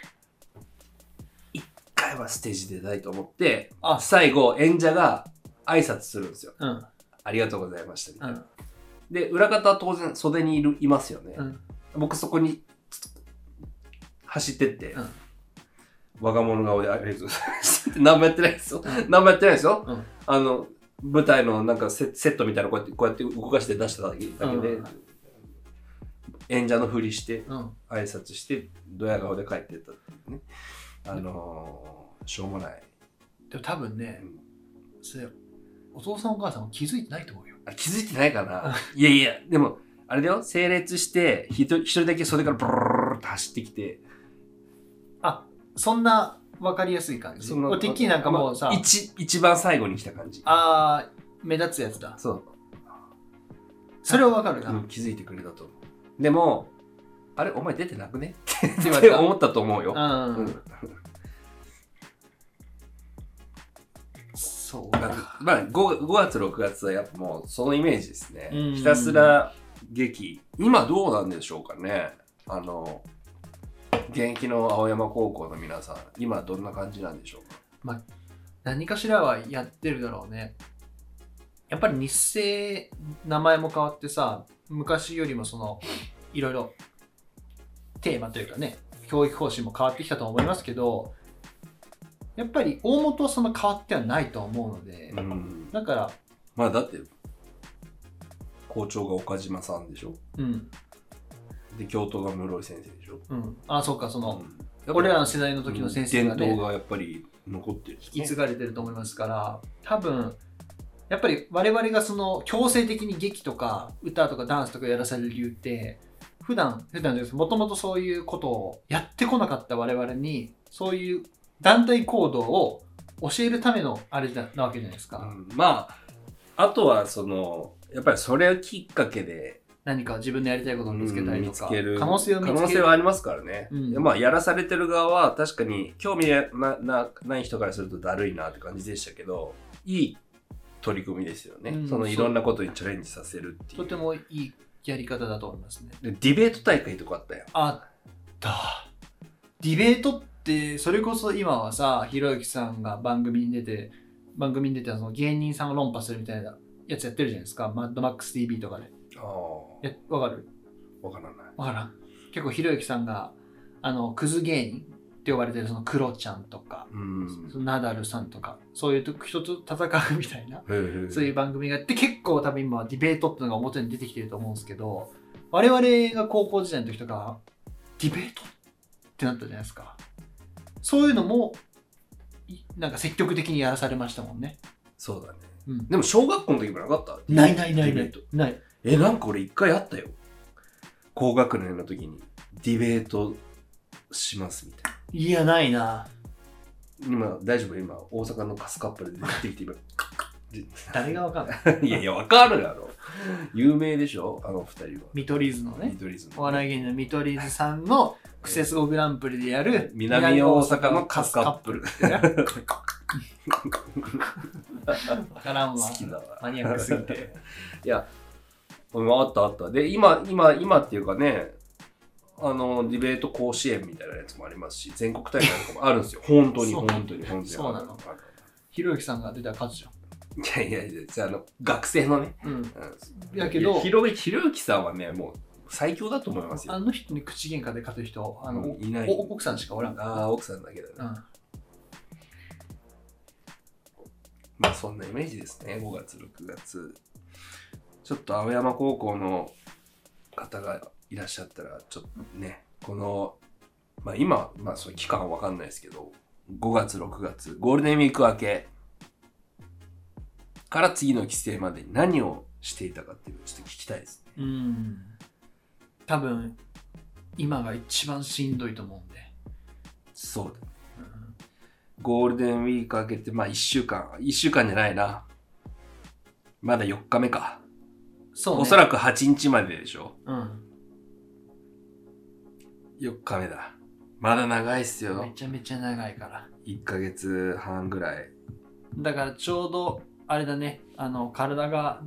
A: 一回はステージで出たいと思って、
B: あ
A: 最後、演者が挨拶するんですよ。
B: うん。
A: ありがとうございましたみた
B: う
A: いな。
B: ん。
A: で、裏方は当然袖にいるいますよね。
B: うん
A: 僕そこに走ってって、
B: うん
A: 我が物顔でありがとうございますって 何もやってないですよ。何もやってないですよ。
B: うん
A: あの、舞台のなんかセセットみたいなのこうやって、こうやって動かして出しただけだけで、
B: うん
A: 演者のふりして、
B: うん。
A: 挨拶して、ドヤ顔で帰ってったっていうね。あのー、しょうもない。
B: でも多分ね
A: うん、
B: それ、お父さんお母さんは気づいてないと思うよ。
A: あ気づいてないかないやいや、でも、あれだよ、整列して、ひと一人だけ袖からブルルルルルって走ってきて、
B: そんな分かりやすい感じ。
A: の
B: おてっきりなんかもうさ
A: まあ、一一番最後に来た感じ。
B: あー、目立つやつだ。
A: そう、
B: それは分かるな。
A: うん気づいてくれたと思う。でも、あれ、お前出てなく ね
B: って言わ
A: っ
B: れ
A: て
B: た
A: 思ったと思うよ。
B: うん。
A: うん
B: そう
A: なん
B: か。
A: かまあ5、5月、6月はやっぱもうそのイメージですね
B: うん。
A: ひたすら劇。今どうなんでしょうかね。あの、現役の青山高校の皆さん、今どんな感じなんでしょうか。
B: 何かしらはやってるだろうね。やっぱり日生名前も変わってさ、昔よりもその、いろいろテーマというかね、教育方針も変わってきたと思いますけど、やっぱり大元はそんな変わってはないと思うので、
A: うん
B: だから、
A: まあ、だって、校長が岡島さんでしょ。
B: うん、
A: で、教頭が室井先生でしょ。
B: うん。あ、そうか、その、
A: うん
B: 俺らの世代の時の先生がね、
A: 伝統がやっぱり残ってる、ね、
B: 引き継がれてると思いますから多分やっぱり我々がその強制的に劇とか歌とかダンスとかやらされる理由って普段普段ですもともとそういうことをやってこなかった我々にそういう団体行動を教えるためのあれじゃなわけじゃないですか、
A: うんまああとはそのやっぱりそれをきっかけで
B: 何か自分のやりたいことを見つけたりとか、
A: うん見つける
B: 可能性を見つける
A: 可能性はありますからね、
B: うん
A: まあやらされてる側は確かに興味なななない人からするとだるいなって感じでしたけどいい取り組みですよね、
B: うん
A: そのいろんなことにチャレンジさせるってい
B: と
A: う
B: てもいいやり方だと思いますね。
A: でディベート大会とかあったよ
B: あった。ディベートって、それこそ今はさ、ひろゆきさんが番組に出て、番組に出てその芸人さんを論破するみたいなやつやってるじゃないですか。マッドマックス TV とかで。
A: あ
B: え、わかる
A: あわからない
B: わからん。結構ひろゆきさんが、あの、クズ芸人って呼ばれてるそのクロちゃんとか、
A: うん
B: ナダルさんとか、そういうと人と戦うみたいな。
A: へえ
B: そういう番組があって結構多分今ディベートっていうのが表に出てきてると思うんですけど我々が高校時代の時とかディベートってなったじゃないですかそういうのもいなんか積極的にやらされましたもんね、
A: そうだね
B: うん、
A: でも小学校の時もなかった
B: ないないない
A: ディ
B: な
A: ベ
B: い
A: ート
B: ない
A: えなんか俺一回あったよ高学年の時にディベートしますみたいない
B: やないな
A: 今大丈夫今大阪のカスカップで出てきて 今
B: 誰がわかんない
A: いやいやわかるやろ有名でしょあの二人は
B: 見取り図のね
A: 見取り図の
B: お笑い芸人の見取り図さんのクセスゴグランプリでやる
A: 南大阪のカスカップル
B: ルわから んわ
A: 好きだわ
B: マニアックすぎ て
A: いやうんあったあったで今今今っていうかねあのディベート甲子園みたいなやつもありますし全国大会とかもあるんです よ本当に
B: そう
A: 本当に本当に
B: そうなの
A: ある
B: ひろゆきさんが出たら勝つじゃん
A: いやいやいやじゃああの学生のね、
B: うん
A: うん、
B: やけど
A: いひろゆきひろゆきさんはねもう最強だと思いますよ
B: あの人に口喧嘩で勝てる人、あの、
A: うんいない
B: お奥さんしかおらんか
A: ああ奥さんだけだね、
B: ら。うん。
A: まあそんなイメージですね、5月、6月。ちょっと青山高校の方がいらっしゃったら、ちょっとね、この、まあ今、まあその期間はわかんないですけど、5月、6月、ゴールデンウィーク明けから次の帰省までに何をしていたかっていうのをちょっと聞きたいですね。
B: うん。多分、今が一番しんどいと思うんで。
A: そうだ。
B: うん
A: ゴールデンウィーク明けて、まあ1週間、1週間じゃないな。まだ4日目か。
B: そうね。
A: おそら
B: く。
A: く8日まででしょ。
B: うん。
A: 4日目だ。まだ長いっす
B: め
A: よ。
B: ちゃめちゃ長いから。
A: 1ヶ月半ぐらい。
B: だからちょうど、あれだね、あの、体が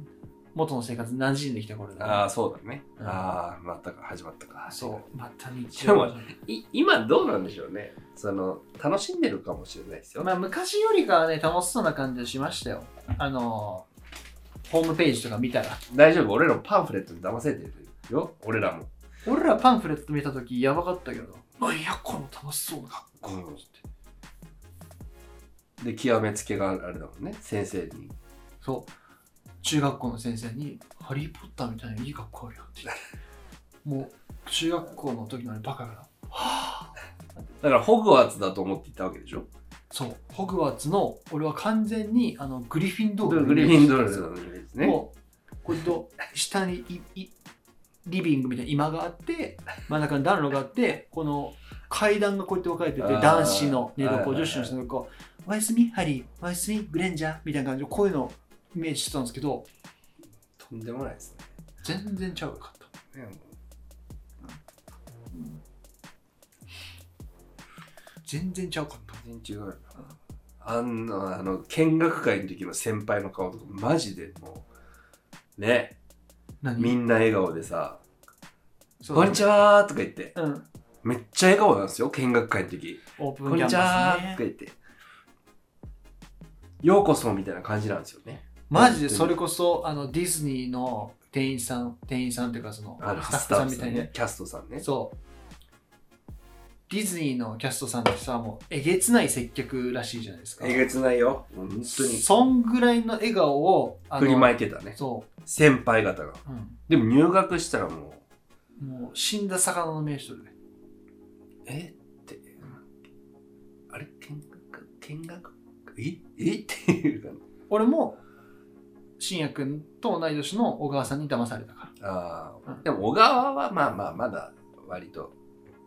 B: 元の生活に馴染んできた頃だ、ね。
A: ああ、そうだね。
B: うん
A: ああ、またか、始まったか。
B: そう。また日
A: で
B: 曜
A: も
B: 日。
A: い今どうなんでしょうね。その、楽しんでるかもしれないですよ。
B: まあ、昔よりかはね、楽しそうな感じはしましたよ。あの、ホームページとか見たら。
A: 大丈夫、俺らもパンフレットに騙せてるよ。俺らも。
B: 俺らパンフレット見た時やばかったけどなんやこの楽しそうな学校
A: うん
B: って
A: で、極めつけがあれだもんね。先生に。
B: そう中学校の先生に「ハリー・ポッターみたいないい学校あるよ」って言ってもう中学校の時のあれバカが
A: だから、ホグワーツだと思っていたわけでしょ。
B: そうホグワーツの俺は完全にあのグリフィンドールの
A: グリフィンドールのイメージね。
B: もうこれと下にいいリビングみたいな居間があって真ん中に暖炉があってこの階段がこうやって分かれてて
A: あー
B: 男子の寝床
A: はいはいはい
B: 女子の寝床おやすみハリーおやすみグレンジャーみたいな感じでこういうのをイメージしてたんですけど
A: とんでもないです
B: 全然ちゃうかった
A: ね。ねもう
B: 全然ちゃうかった
A: 全然違うよなあんなあの見学会の時の先輩の顔とかマジでもうねみ
B: 何
A: んな笑顔でさ「
B: そう
A: こんにちは」とか言って
B: うん
A: めっちゃ笑顔なんですよ見学会の時
B: オー
A: 「
B: プ
A: こ
B: ン
A: ん
B: キ
A: に
B: ャン
A: ちは
B: パ」
A: と
B: ス
A: か
B: ね
A: 言って「ようこそ」みたいな感じなんですよね
B: マジでそれこそあのディズニーの店員さん店員さんっていうかその
A: あの
B: スタッ
A: ス
B: フ
A: タ
B: さ
A: ッ
B: ん
A: フ
B: み
A: さ
B: たい
A: ん
B: な
A: ねキャストさんね
B: そう。ディズニーのキャストさんってさ、もうえげつない接客らしいじゃないですか。
A: えげつないよもう本当に
B: そんぐらいの笑顔を、あ
A: 振りまいてたね
B: そ
A: 先輩方が
B: う、
A: でも入学したらもう
B: うん。もう死んだ魚の名所で。
A: えって、あれ見学見学ええっていう感じ。
B: 俺も、信也くんと同い年の小川さんに騙されたから。
A: あ
B: う
A: あ、
B: ん
A: でも小川はまあまあまだ割と、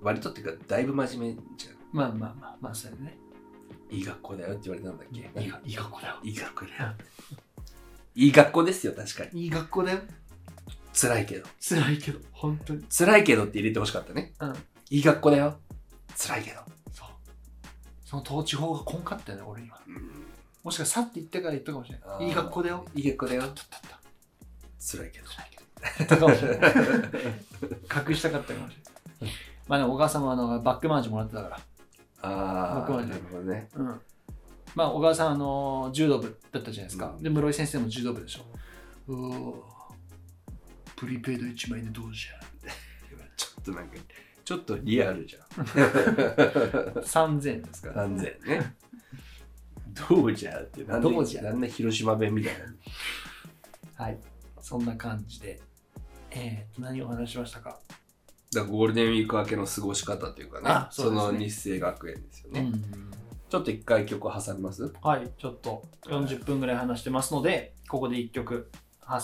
A: 割とっていうかだいぶ真面目じゃん。
B: まあまあまあ、まあそれね。
A: いい学校だよって言われたんだっけ
B: いいがいい学校だよ。
A: いい学校だよ。いい学校ですよ、確かに。
B: いい学校だよ。
A: 辛いけど。
B: 辛いけど、本当に。
A: 辛いけどって入れてほしかったね。
B: うん
A: いい学校だよ。辛いけど。
B: そう。その統治法がこんかったよね、俺には。
A: うん
B: もしかしたらさって行ってから言ったかもしれ
A: あ
B: な
A: ー
B: い。いい学校だよ。
A: いい学校だよ
B: だっただっ
A: 辛いけど。
B: た。だったかもしれない。隠したかったかもしれない。まあでも小川さんはあのバックマージもらってたから。
A: ああ、
B: 僕はね
A: なるほどね。
B: うん。まあ小川さんあの柔道部だったじゃないですか。
A: うん
B: で室井先生も柔道部でしょ。うおープリペイド1枚でどうじ
A: ちょっとなんか、ちょっとリアルじゃん。
B: ゃん。3000円ですから。
A: 完全ね。どうじゃってなんで
B: どうじゃ
A: なんで広島弁みたいな。
B: はい。そんな感じで。えーと、何をお話ししましたか。
A: だからゴールデンウィーク明けの過ごし方というかね、
B: あ
A: そ
B: そうですね
A: の日生学園ですよね。
B: うん
A: ちょっと一回曲挟みます
B: はい、ちょっと40分ぐらい話してますので、ここで1曲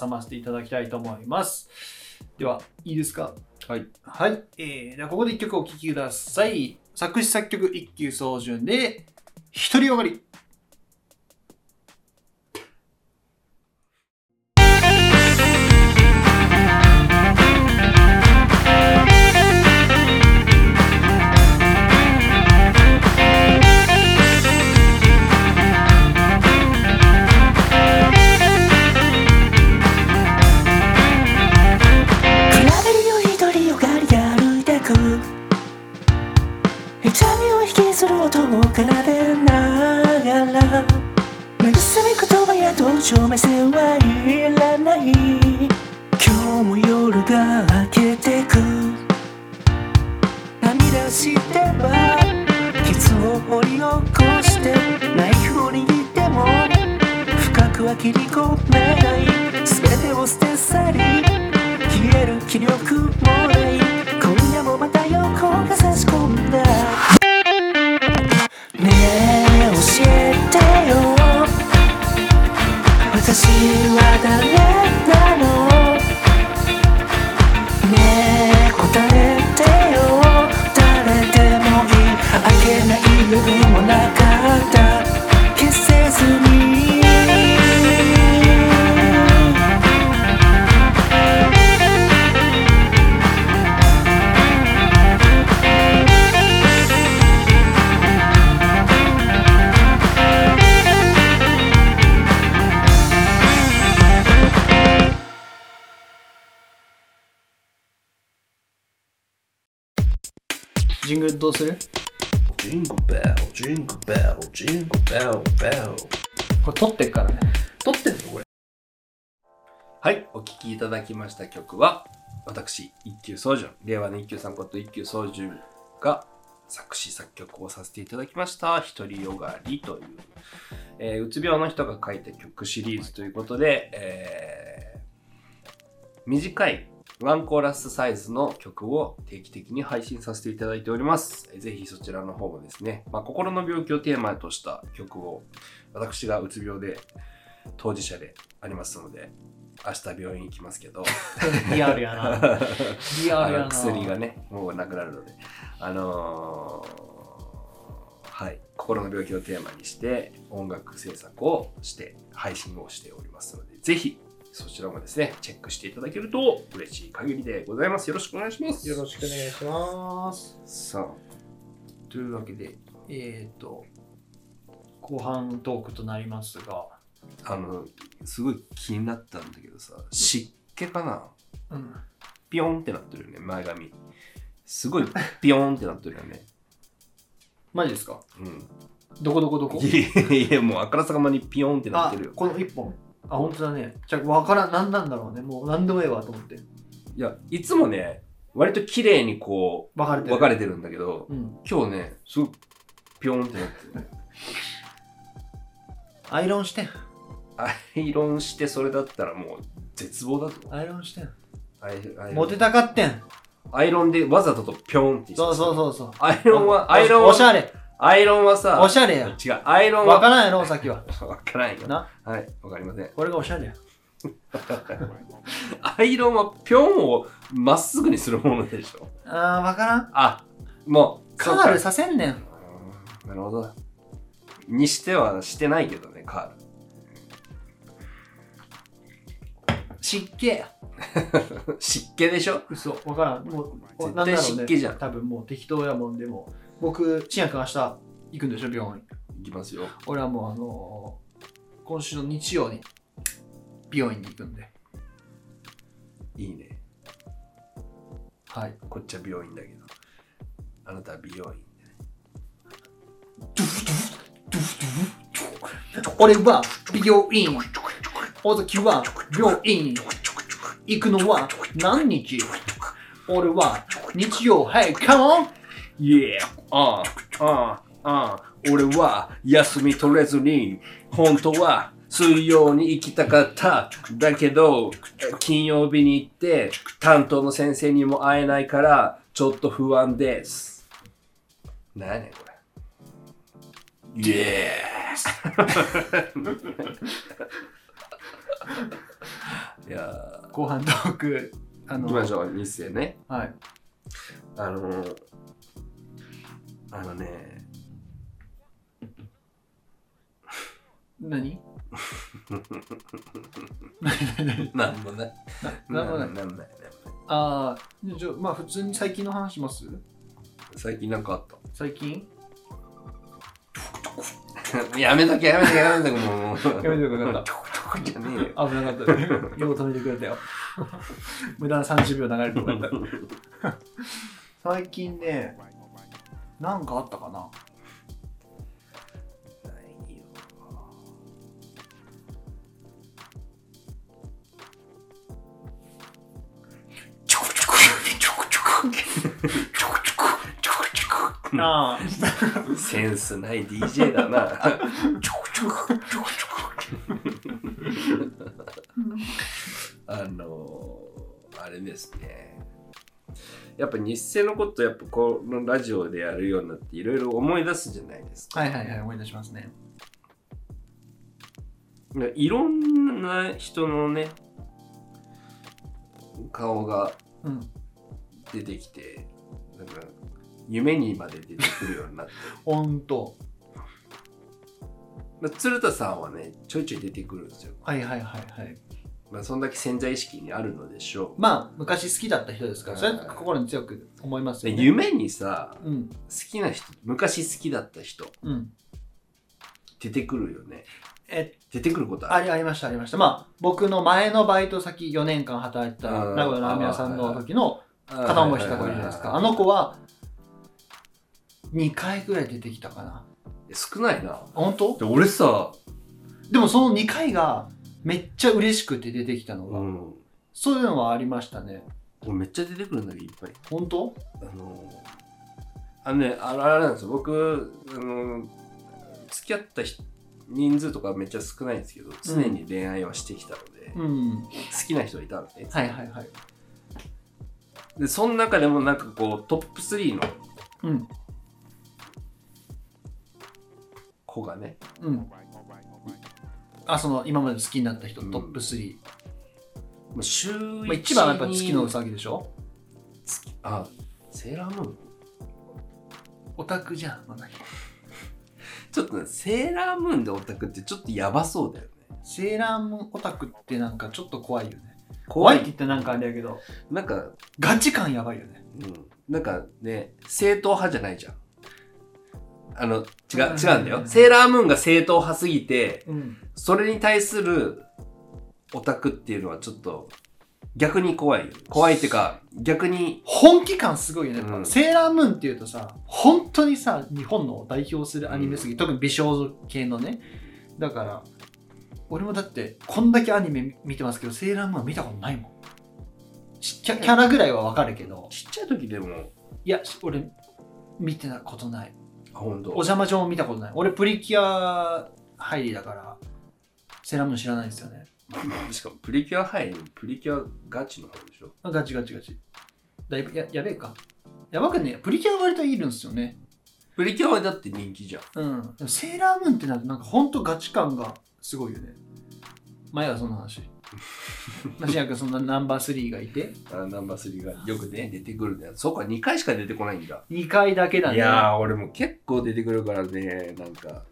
B: 挟ませていただきたいと思います。では、いいですか
A: はい。
B: はい。えー、ではここで1曲お聴きください。作詞作曲一級総順で、独りよがり。
D: 暗闇の一人よがりで歩いてく痛みを引きずる音を奏でながら慰め言葉や同情目線はいらない今日も夜が明けてく涙しては傷を掘り起こしてナイフを握っても深くは切り込めない全てを捨て去り消える気力もない今夜もまた横が差し込んだねえ教えてよ私は誰なのねえ答えてよ誰でもいいあげない部分もなかった消せずに
B: ジングルどうする
A: Jingle bell, jingle bell, jingle bell, bell.
B: これ撮ってっから ね。
A: 撮ってんのこれ。はい、お聴きいただきました曲は、私、一級総順、令和の一級さんこと一級総順が作詞作曲をさせていただきました、独りよがりという、えーうつ病の人が書いた曲シリーズということで、えー短いワンコーラスサイズの曲を定期的に配信させていただいております。えーぜひそちらの方もですね、まあ、心の病気をテーマとした曲を私がうつ病で当事者でありますので、明日病院行きますけど、
B: リアルやな。リア
A: あ
B: ルやな。
A: の薬がね、もうなくなるので、あのーはい、心の病気をテーマにして、音楽制作をして、配信をしておりますので、ぜひ、そちらもですね、チェックしていただけると嬉しい限りでございます。よろしくお願いします。
B: よろしくお願いします。
A: さあ、
B: というわけで、えっ、ー、と、後半トークとなりますが、
A: あの、すごい気になったんだけどさ、湿気かな
B: うん、
A: ピヨンってなってるよね、前髪。すごいピヨンってなってるよね。
B: マジですか
A: うん。
B: どこどこどこ
A: いやいや、もうあからさまにピヨンってなっ
B: あ
A: てるよ。
B: この1本あ本当だねじゃあ分からん何なんだろうねもう何でもええわと思って
A: いや、いつもね、割と綺麗にこ
B: 分かれ
A: う、
B: て
A: 分か
B: れ
A: れてるんだけど、
B: うん
A: 今日ね、すごい、ピョンってなってるね。
B: アイロンしてん
A: アイロンしてそれだったらもう絶望だぞ。
B: アイロンしてん
A: アイアイロン
B: モテたかってん
A: アイロンでわざととピョンってして
B: そうそうそうそう
A: アイロンは、
B: お
A: アイロンは
B: おしゃれ
A: アイロンはさ、
B: おしゃれや
A: 違う、アイロン
B: 分か
A: は、
B: らんやろさっきは
A: わからんよ。
B: な
A: はい、わかりません。
B: これがおしゃれや
A: アイロンはピョンをまっすぐにするものでしょ。
B: あー分からん
A: あ、もう、
B: カ
A: そうか
B: ールさせんねん
A: うんなるほど。にしてはしてないけどね、カール。
B: 湿気や
A: 湿気でしょ
B: 嘘分からんもうお
A: 絶対湿気じゃん
B: なだろうね多分もう適当やもんでもう僕千秋君明日行くんでしょ病院
A: いきますよ
B: 俺はもうあのー今週の日曜に美容院に行くんで
A: いいね。
B: はい
A: こっちは美容院だけど。あなたは美容院。
B: 俺は美容院尾崎は病院行くのは何日俺は日曜はいカモン
A: イエーああ、ああ、ああ、俺は休み取れずに、本当は水曜に行きたかった。だけど、金曜日に行って、担当の先生にも会えないから、ちょっと不安です。なんやねん、これ。イエーいや
B: 後半トークあ
A: ー、
B: の
A: 行きましょう、日生ね。
B: はい
A: あのあのね、
B: 何何何
A: なんもない。
B: なんもない
A: なんもない。
B: ああじゃあまあ普通に最近の話します
A: 最近なんかあっ
B: 最近
A: た。やめとけ、やめとけ、やめとけ、もう。
B: やめてください
A: い。じゃねえよ。
B: 危な かったね。よう止めてくれたよ。無駄な30秒流れてよかった。 最近ね、なんかあったかな
A: ちょこちょこちょこちょこちょこちょこちょこちょこ
B: あ
A: センスない DJ だな。ちょこちょこちょこちょこ。あのー、あれですね。やっぱ日生のことやっぱこのラジオでやるようになっていろいろ思い出すじゃないですか。
B: はいはいはい、思い出しますね。
A: ねいろんな人のね顔が
B: うん。
A: 出てきてなんか夢にまで出てくるようになって
B: ほんと。
A: まあ鶴田さんはねちょいちょい出てくるんですよ、
B: はいはいはいはい。
A: まあ、そんだけ潜在意識にあるのでしょ
B: まあ、昔好きだった人ですから、それ
A: は
B: はい
A: はい
B: 心に強く思います
A: うで
B: よね。
A: 夢にさ
B: うん。
A: 好きな人昔好きだった人
B: うん。
A: 出てくるよね
B: え、
A: 出てくることあ
B: あ
A: る
B: りありましたありました。まあ、僕の前のバイト先4年間働いてた
A: うん
B: 名古屋のラーメン屋さんの時の
A: あ
B: 片思いした子いるじゃないですか。あの子は、2回ぐらい出てきたかな。
A: 少ないな
B: 本当
A: で俺さ、
B: でもその2回がめっちゃ嬉しくて出てきたのが、
A: うん、
B: そういうのはありましたね
A: 俺めっちゃ出てくるんだけどいっぱい
B: 本当
A: あのあのね、あれあれなんですよ。僕、あの、付き合った人人数とかめっちゃ少ないんですけど、常に恋愛はしてきたので、好
B: うん
A: きな人がいたんで、
B: はいはいはい
A: で、その中でもなんかこう、トップ3の
B: うん
A: 子がね、
B: うんあその今まで好きになった人
A: うん
B: トップ3、
A: もう週1
B: まあ、一番はやっぱ月のうさぎでしょ
A: あ、セーラームーン
B: オタクじゃんまだ
A: ちょっとね、セーラームーンでオタクってちょっとやばそうだよね。
B: セーラームーンオタクってなんかちょっと怖いよね
A: 怖
B: 怖いって言ってなんかあれやけど
A: なんか、
B: ガチ感やばいよね
A: うん、なんかね正統派じゃないじゃんあの違う
B: うん
A: 違うんだよセーラームーンが正統派すぎて
B: うん
A: それに対するオタクっていうのはちょっと逆に怖いよ怖いっていうか逆に
B: 本気感すごいよね、やっぱ
A: うん
B: セーラームーンっていうとさ本当にさ日本の代表するアニメすぎ、特に美少女系のねだから俺もだってこんだけアニメ見てますけどセーラームーンは見たことないもんちキャキャラぐらいはわかるけど
A: ちっちゃい時でも
B: いやし俺見てたことない
A: あ本
B: お
A: 当
B: 邪魔状も見たことない俺プリキュア入りだからセーラームーン知らないんですよね
A: しかもプリキュア入りプリキュアガチの方でしょ
B: あガチガチガチだいぶややべえかやばくねプリキュア割といるんですよね
A: プリキュアはだって人気じゃん
B: うん、でもセーラームーンってなるとなんか本当ガチ感がすごいよね前はその 話マシヤ君そんなナンバー3がいて
A: あナンバー3がよくね出てくるんだよそうか2回しか出てこないんだ
B: 2回だけだね
A: いやー俺も結構出てくるからねなんか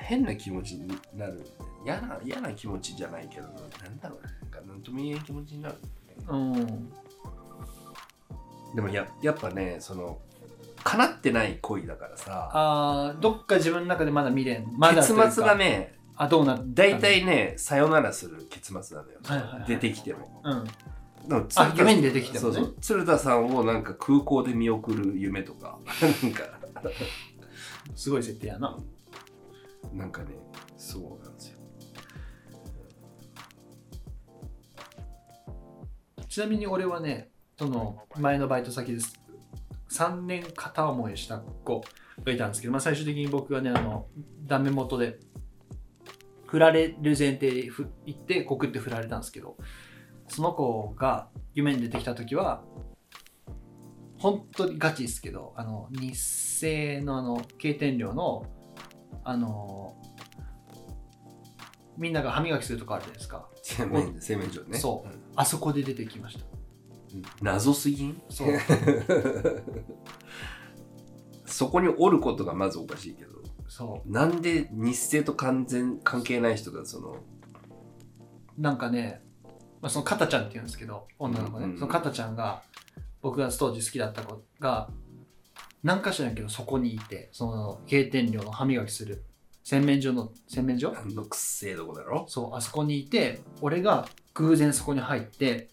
A: 変な気持ちになるんだよ嫌な嫌な気持ちじゃないけどなんだろうねなんかなんとも言えん気持ちになるんだよね
B: うん
A: でもややっぱねその叶ってない恋だからさ
B: あーどっか自分の中でまだ未練まだというか
A: 結末がね
B: あ、どうなる
A: 大、体ね、さよならする結末なのよ。
B: はいはいはい
A: 出てきても。
B: うん。
A: でも
B: あ、夢に
A: 出
B: 出てきてもね。
A: そうそう鶴田さんをなんか空港で見送る夢とか、 なんか、
B: すごい設定やな。
A: なんかね、そうなんですよ。
B: ちなみに俺はね、その前のバイト先です。3年片思いした子がいたんですけど、まあ、最終的に僕がね、あの、ダメ元で、振られる前提でふ行って、告って振られたんですけど、その子が夢に出てきた時は、本当にガチですけど、あの、日清のあの、経典量の、あの、みんなが歯磨きするとこあるじゃないですか。
A: 洗面洗面所ね。
B: そ
A: うん。
B: あそこで出てきました。
A: 謎すぎん
B: そう。
A: そこにおることがまずおかしいけど
B: そう。
A: なんで日生と完全関係ない人がその
B: なんかね、まあ、そのカタちゃんって言うんですけど女の子ね、
A: うんうん
B: そのカタちゃんが僕が当時好きだった子が何かしらんけどそこにいてその経典量の歯磨きする洗面所の洗面所
A: なんのくっせえとこだろ
B: そうあそこにいて俺が偶然そこに入って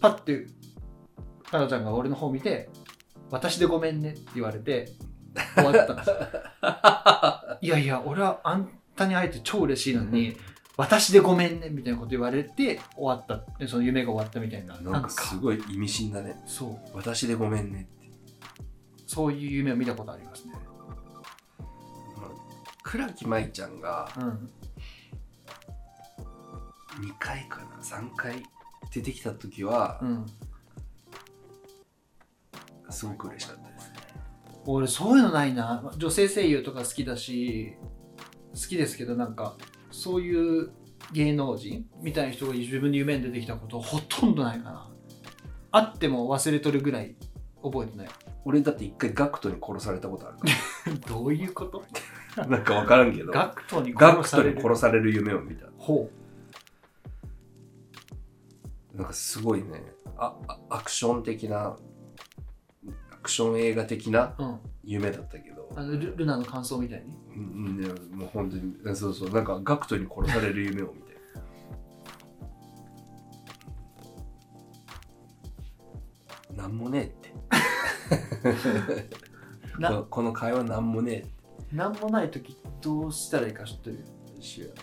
B: パッてカタちゃんが俺の方見て「私でごめんね」って言われて終わったんです よいやいや俺はあんたに会えて超嬉しいのに、私でごめんねみたいなこと言われて終わったでその夢が終わったみたいな
A: なんかすごい意味深だね
B: そう
A: 私でごめんねって、
B: そういう夢を見たことありますね
A: まあ、倉木舞ちゃんが
B: うん
A: 2回かな3回出てきた時は
B: うん
A: すごく嬉しかったですね
B: 俺そういうのないな女性声優とか好きだし好きですけどなんかそういう芸能人みたいな人が自分で夢に出てきたことほとんどないかなあっても忘れとるぐらい覚えてない
A: 俺だって一回ガクトに殺されたことあるか
B: どういうこと
A: らなんか分からんけど
B: ガクトに
A: ガ
B: 殺
A: ク
B: さ
A: ト
B: れ
A: に
B: る
A: 殺される夢を見た
B: ほ
A: なんかすごいねああアクション的なアクション映画的な
B: う、うん、
A: 夢だったけど、
B: あのルルナの感想みたいに
A: うんね、もう本当にうんそうそうなんかガクトに殺される夢を見てなんもねえって
B: な
A: ここの会話なんもね
B: なんもない時どうしたらいいか知ってるちょ
A: えって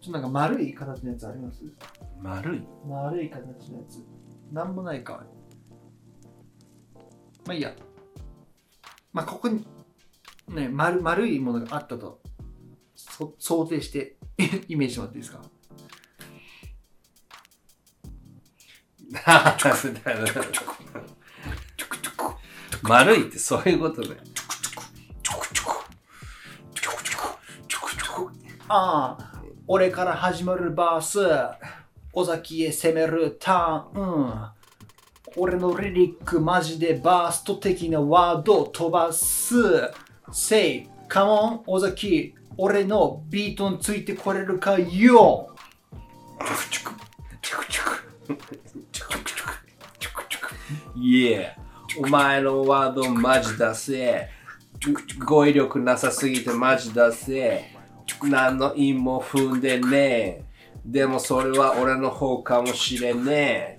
B: っとなんか丸い形のやつあります
A: 丸い
B: 丸い形のやつなんもないかまあいいやまあここにね丸丸いものがあったとそ想定して イメージしてもらっていいですか
A: 丸いってそういうことね
B: ああ俺から始まるバース尾崎へ攻めるターン、うん、俺のリリックマジでバースト的なワードを飛ばす Say, come on 尾崎俺のビートについてこれるかよ
A: いえ、お前のワードマジだせ。語彙力なさすぎてマジだせ。何の意味も踏んでねえ。でもそれは俺の方かもしれねえ。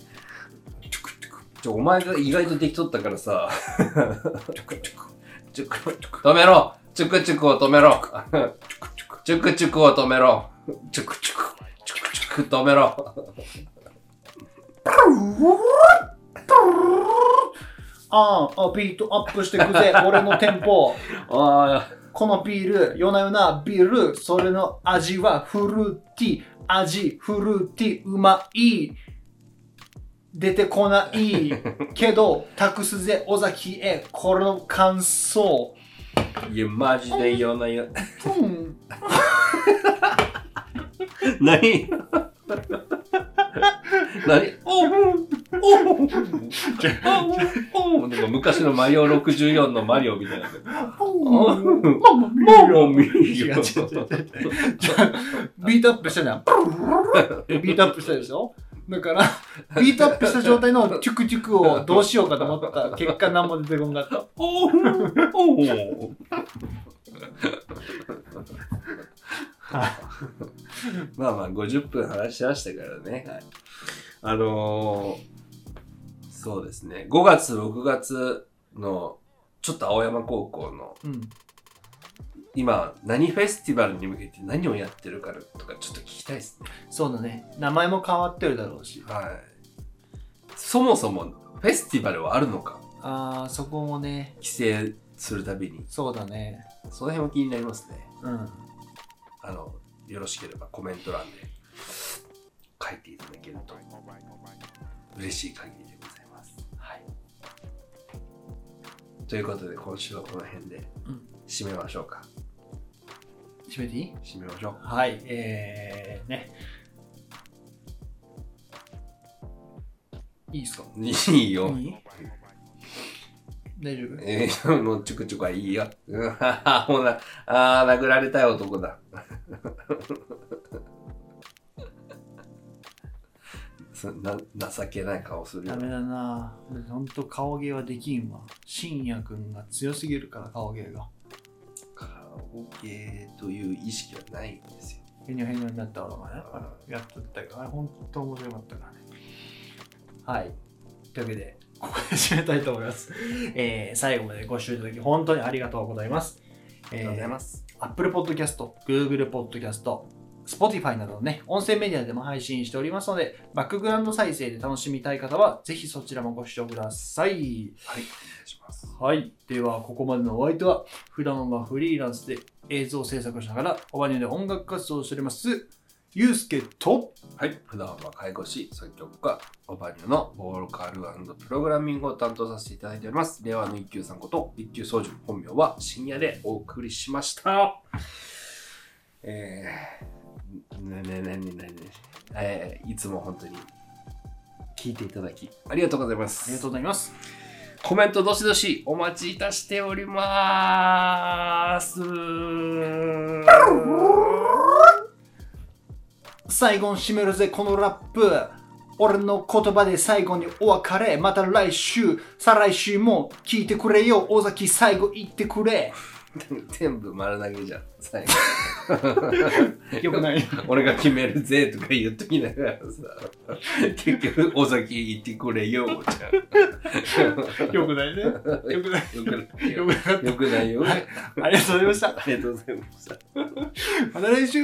A: ちょお前が意外とできとったからさ。ちょ止めろチュクチュクを止めろチュクチュクを止めろチュクチュクチュクチュク止めろ
B: ああビートアップしてくぜ俺のテンポ
A: ああ
B: このビール、夜な夜なビール、それの味はフルーティー、味フルーティー、うまい。出てこない。けど、託すぜ、尾崎へ、この感想。
A: いや、マジでよなよ。
B: うん。
A: 何 何おうおうおうおうなんか昔のマリオ64のマリオみたいな。もう見る
B: 違
A: よ
B: う違う違う ビートアップしたじゃん。ビートアップしたでしょだから、ビートアップした状態のチュクチュクをどうしようかと思った結果、何も出てこんかった。
A: おうおうまあまあ50分話しましたからね、あのーそうですね5月6月のちょっと青山高校の
B: うん。
A: 今何フェスティバルに向けて何をやってるかとかちょっと聞きたいですね
B: そうだね。名前も変わってるだろうし。
A: はいそもそもフェスティバルはあるのか
B: ああ、そこもね、
A: 帰省するたびに
B: そうだね。
A: その辺も気になりますね
B: うん。
A: あのよろしければコメント欄で書いていただけると嬉しい限りでございます。はい、ということで今週はこの辺で
B: うん
A: 締めましょうか。
B: 締めていい
A: 締めましょう。
B: はい、えー、ね。いいですか
A: いいよ。
B: いい大丈夫
A: えー、もうちょくちょくはいいよ。 うんあーほら、あー、殴られたい男だ。 そな情けない顔するよ
B: ダ。メだな俺ほんと顔芸はできんわ。信也くんが強すぎるから顔芸が。
A: 顔芸という意識はないんですよ。
B: へにゃへにゃになった俺がね。あのやっとったけど、あれほんと面白かったからね。はい。というわけで、ここで締めたいと思います。えー、最後までご視聴いただき本当にありがとうございます。あ
A: あり
B: り
A: がとうござい
B: す
A: ます。
B: Apple Podcast、Google Podcast、Spotify などのね、音声メディアでも配信しておりますので、バックグラウンド再生で楽しみたい方は、ぜひそちらもご視聴ください。
A: はい、お願いします。
B: はい。では、ここまでのお相手は、普段はフリーランスで映像制作をしながら、オバニューで音楽活動をしております、ゆうすけと、
A: はい、普段は介護士、作曲家、オバニューのボーカルプログラミングを担当させていただいております。令和の一級さんこと、一級総順本名は深夜でお送りしました。えー、ねねねねねね、えー、いつも本当に聞いていただき、ありがとうございま
B: ありが
A: す
B: と。うございます。
A: コメントどしどしお待ちいたしております。
B: 最後に締めるぜこのラップ俺の言葉で最後にお別れまた来週再来週も聞いてくれよ尾崎最後言ってくれ
A: 全部丸投げじゃん、最後。
B: よくない
A: 俺が決めるぜとか言っときながらさ結局尾崎行ってくれよじゃ
B: よくないねよ
A: ん
B: くない
A: よくない
B: よ
A: よ
B: くなかっ
A: よくないよ、
B: はいたありがとうございました
A: ありがとうございました
B: また来週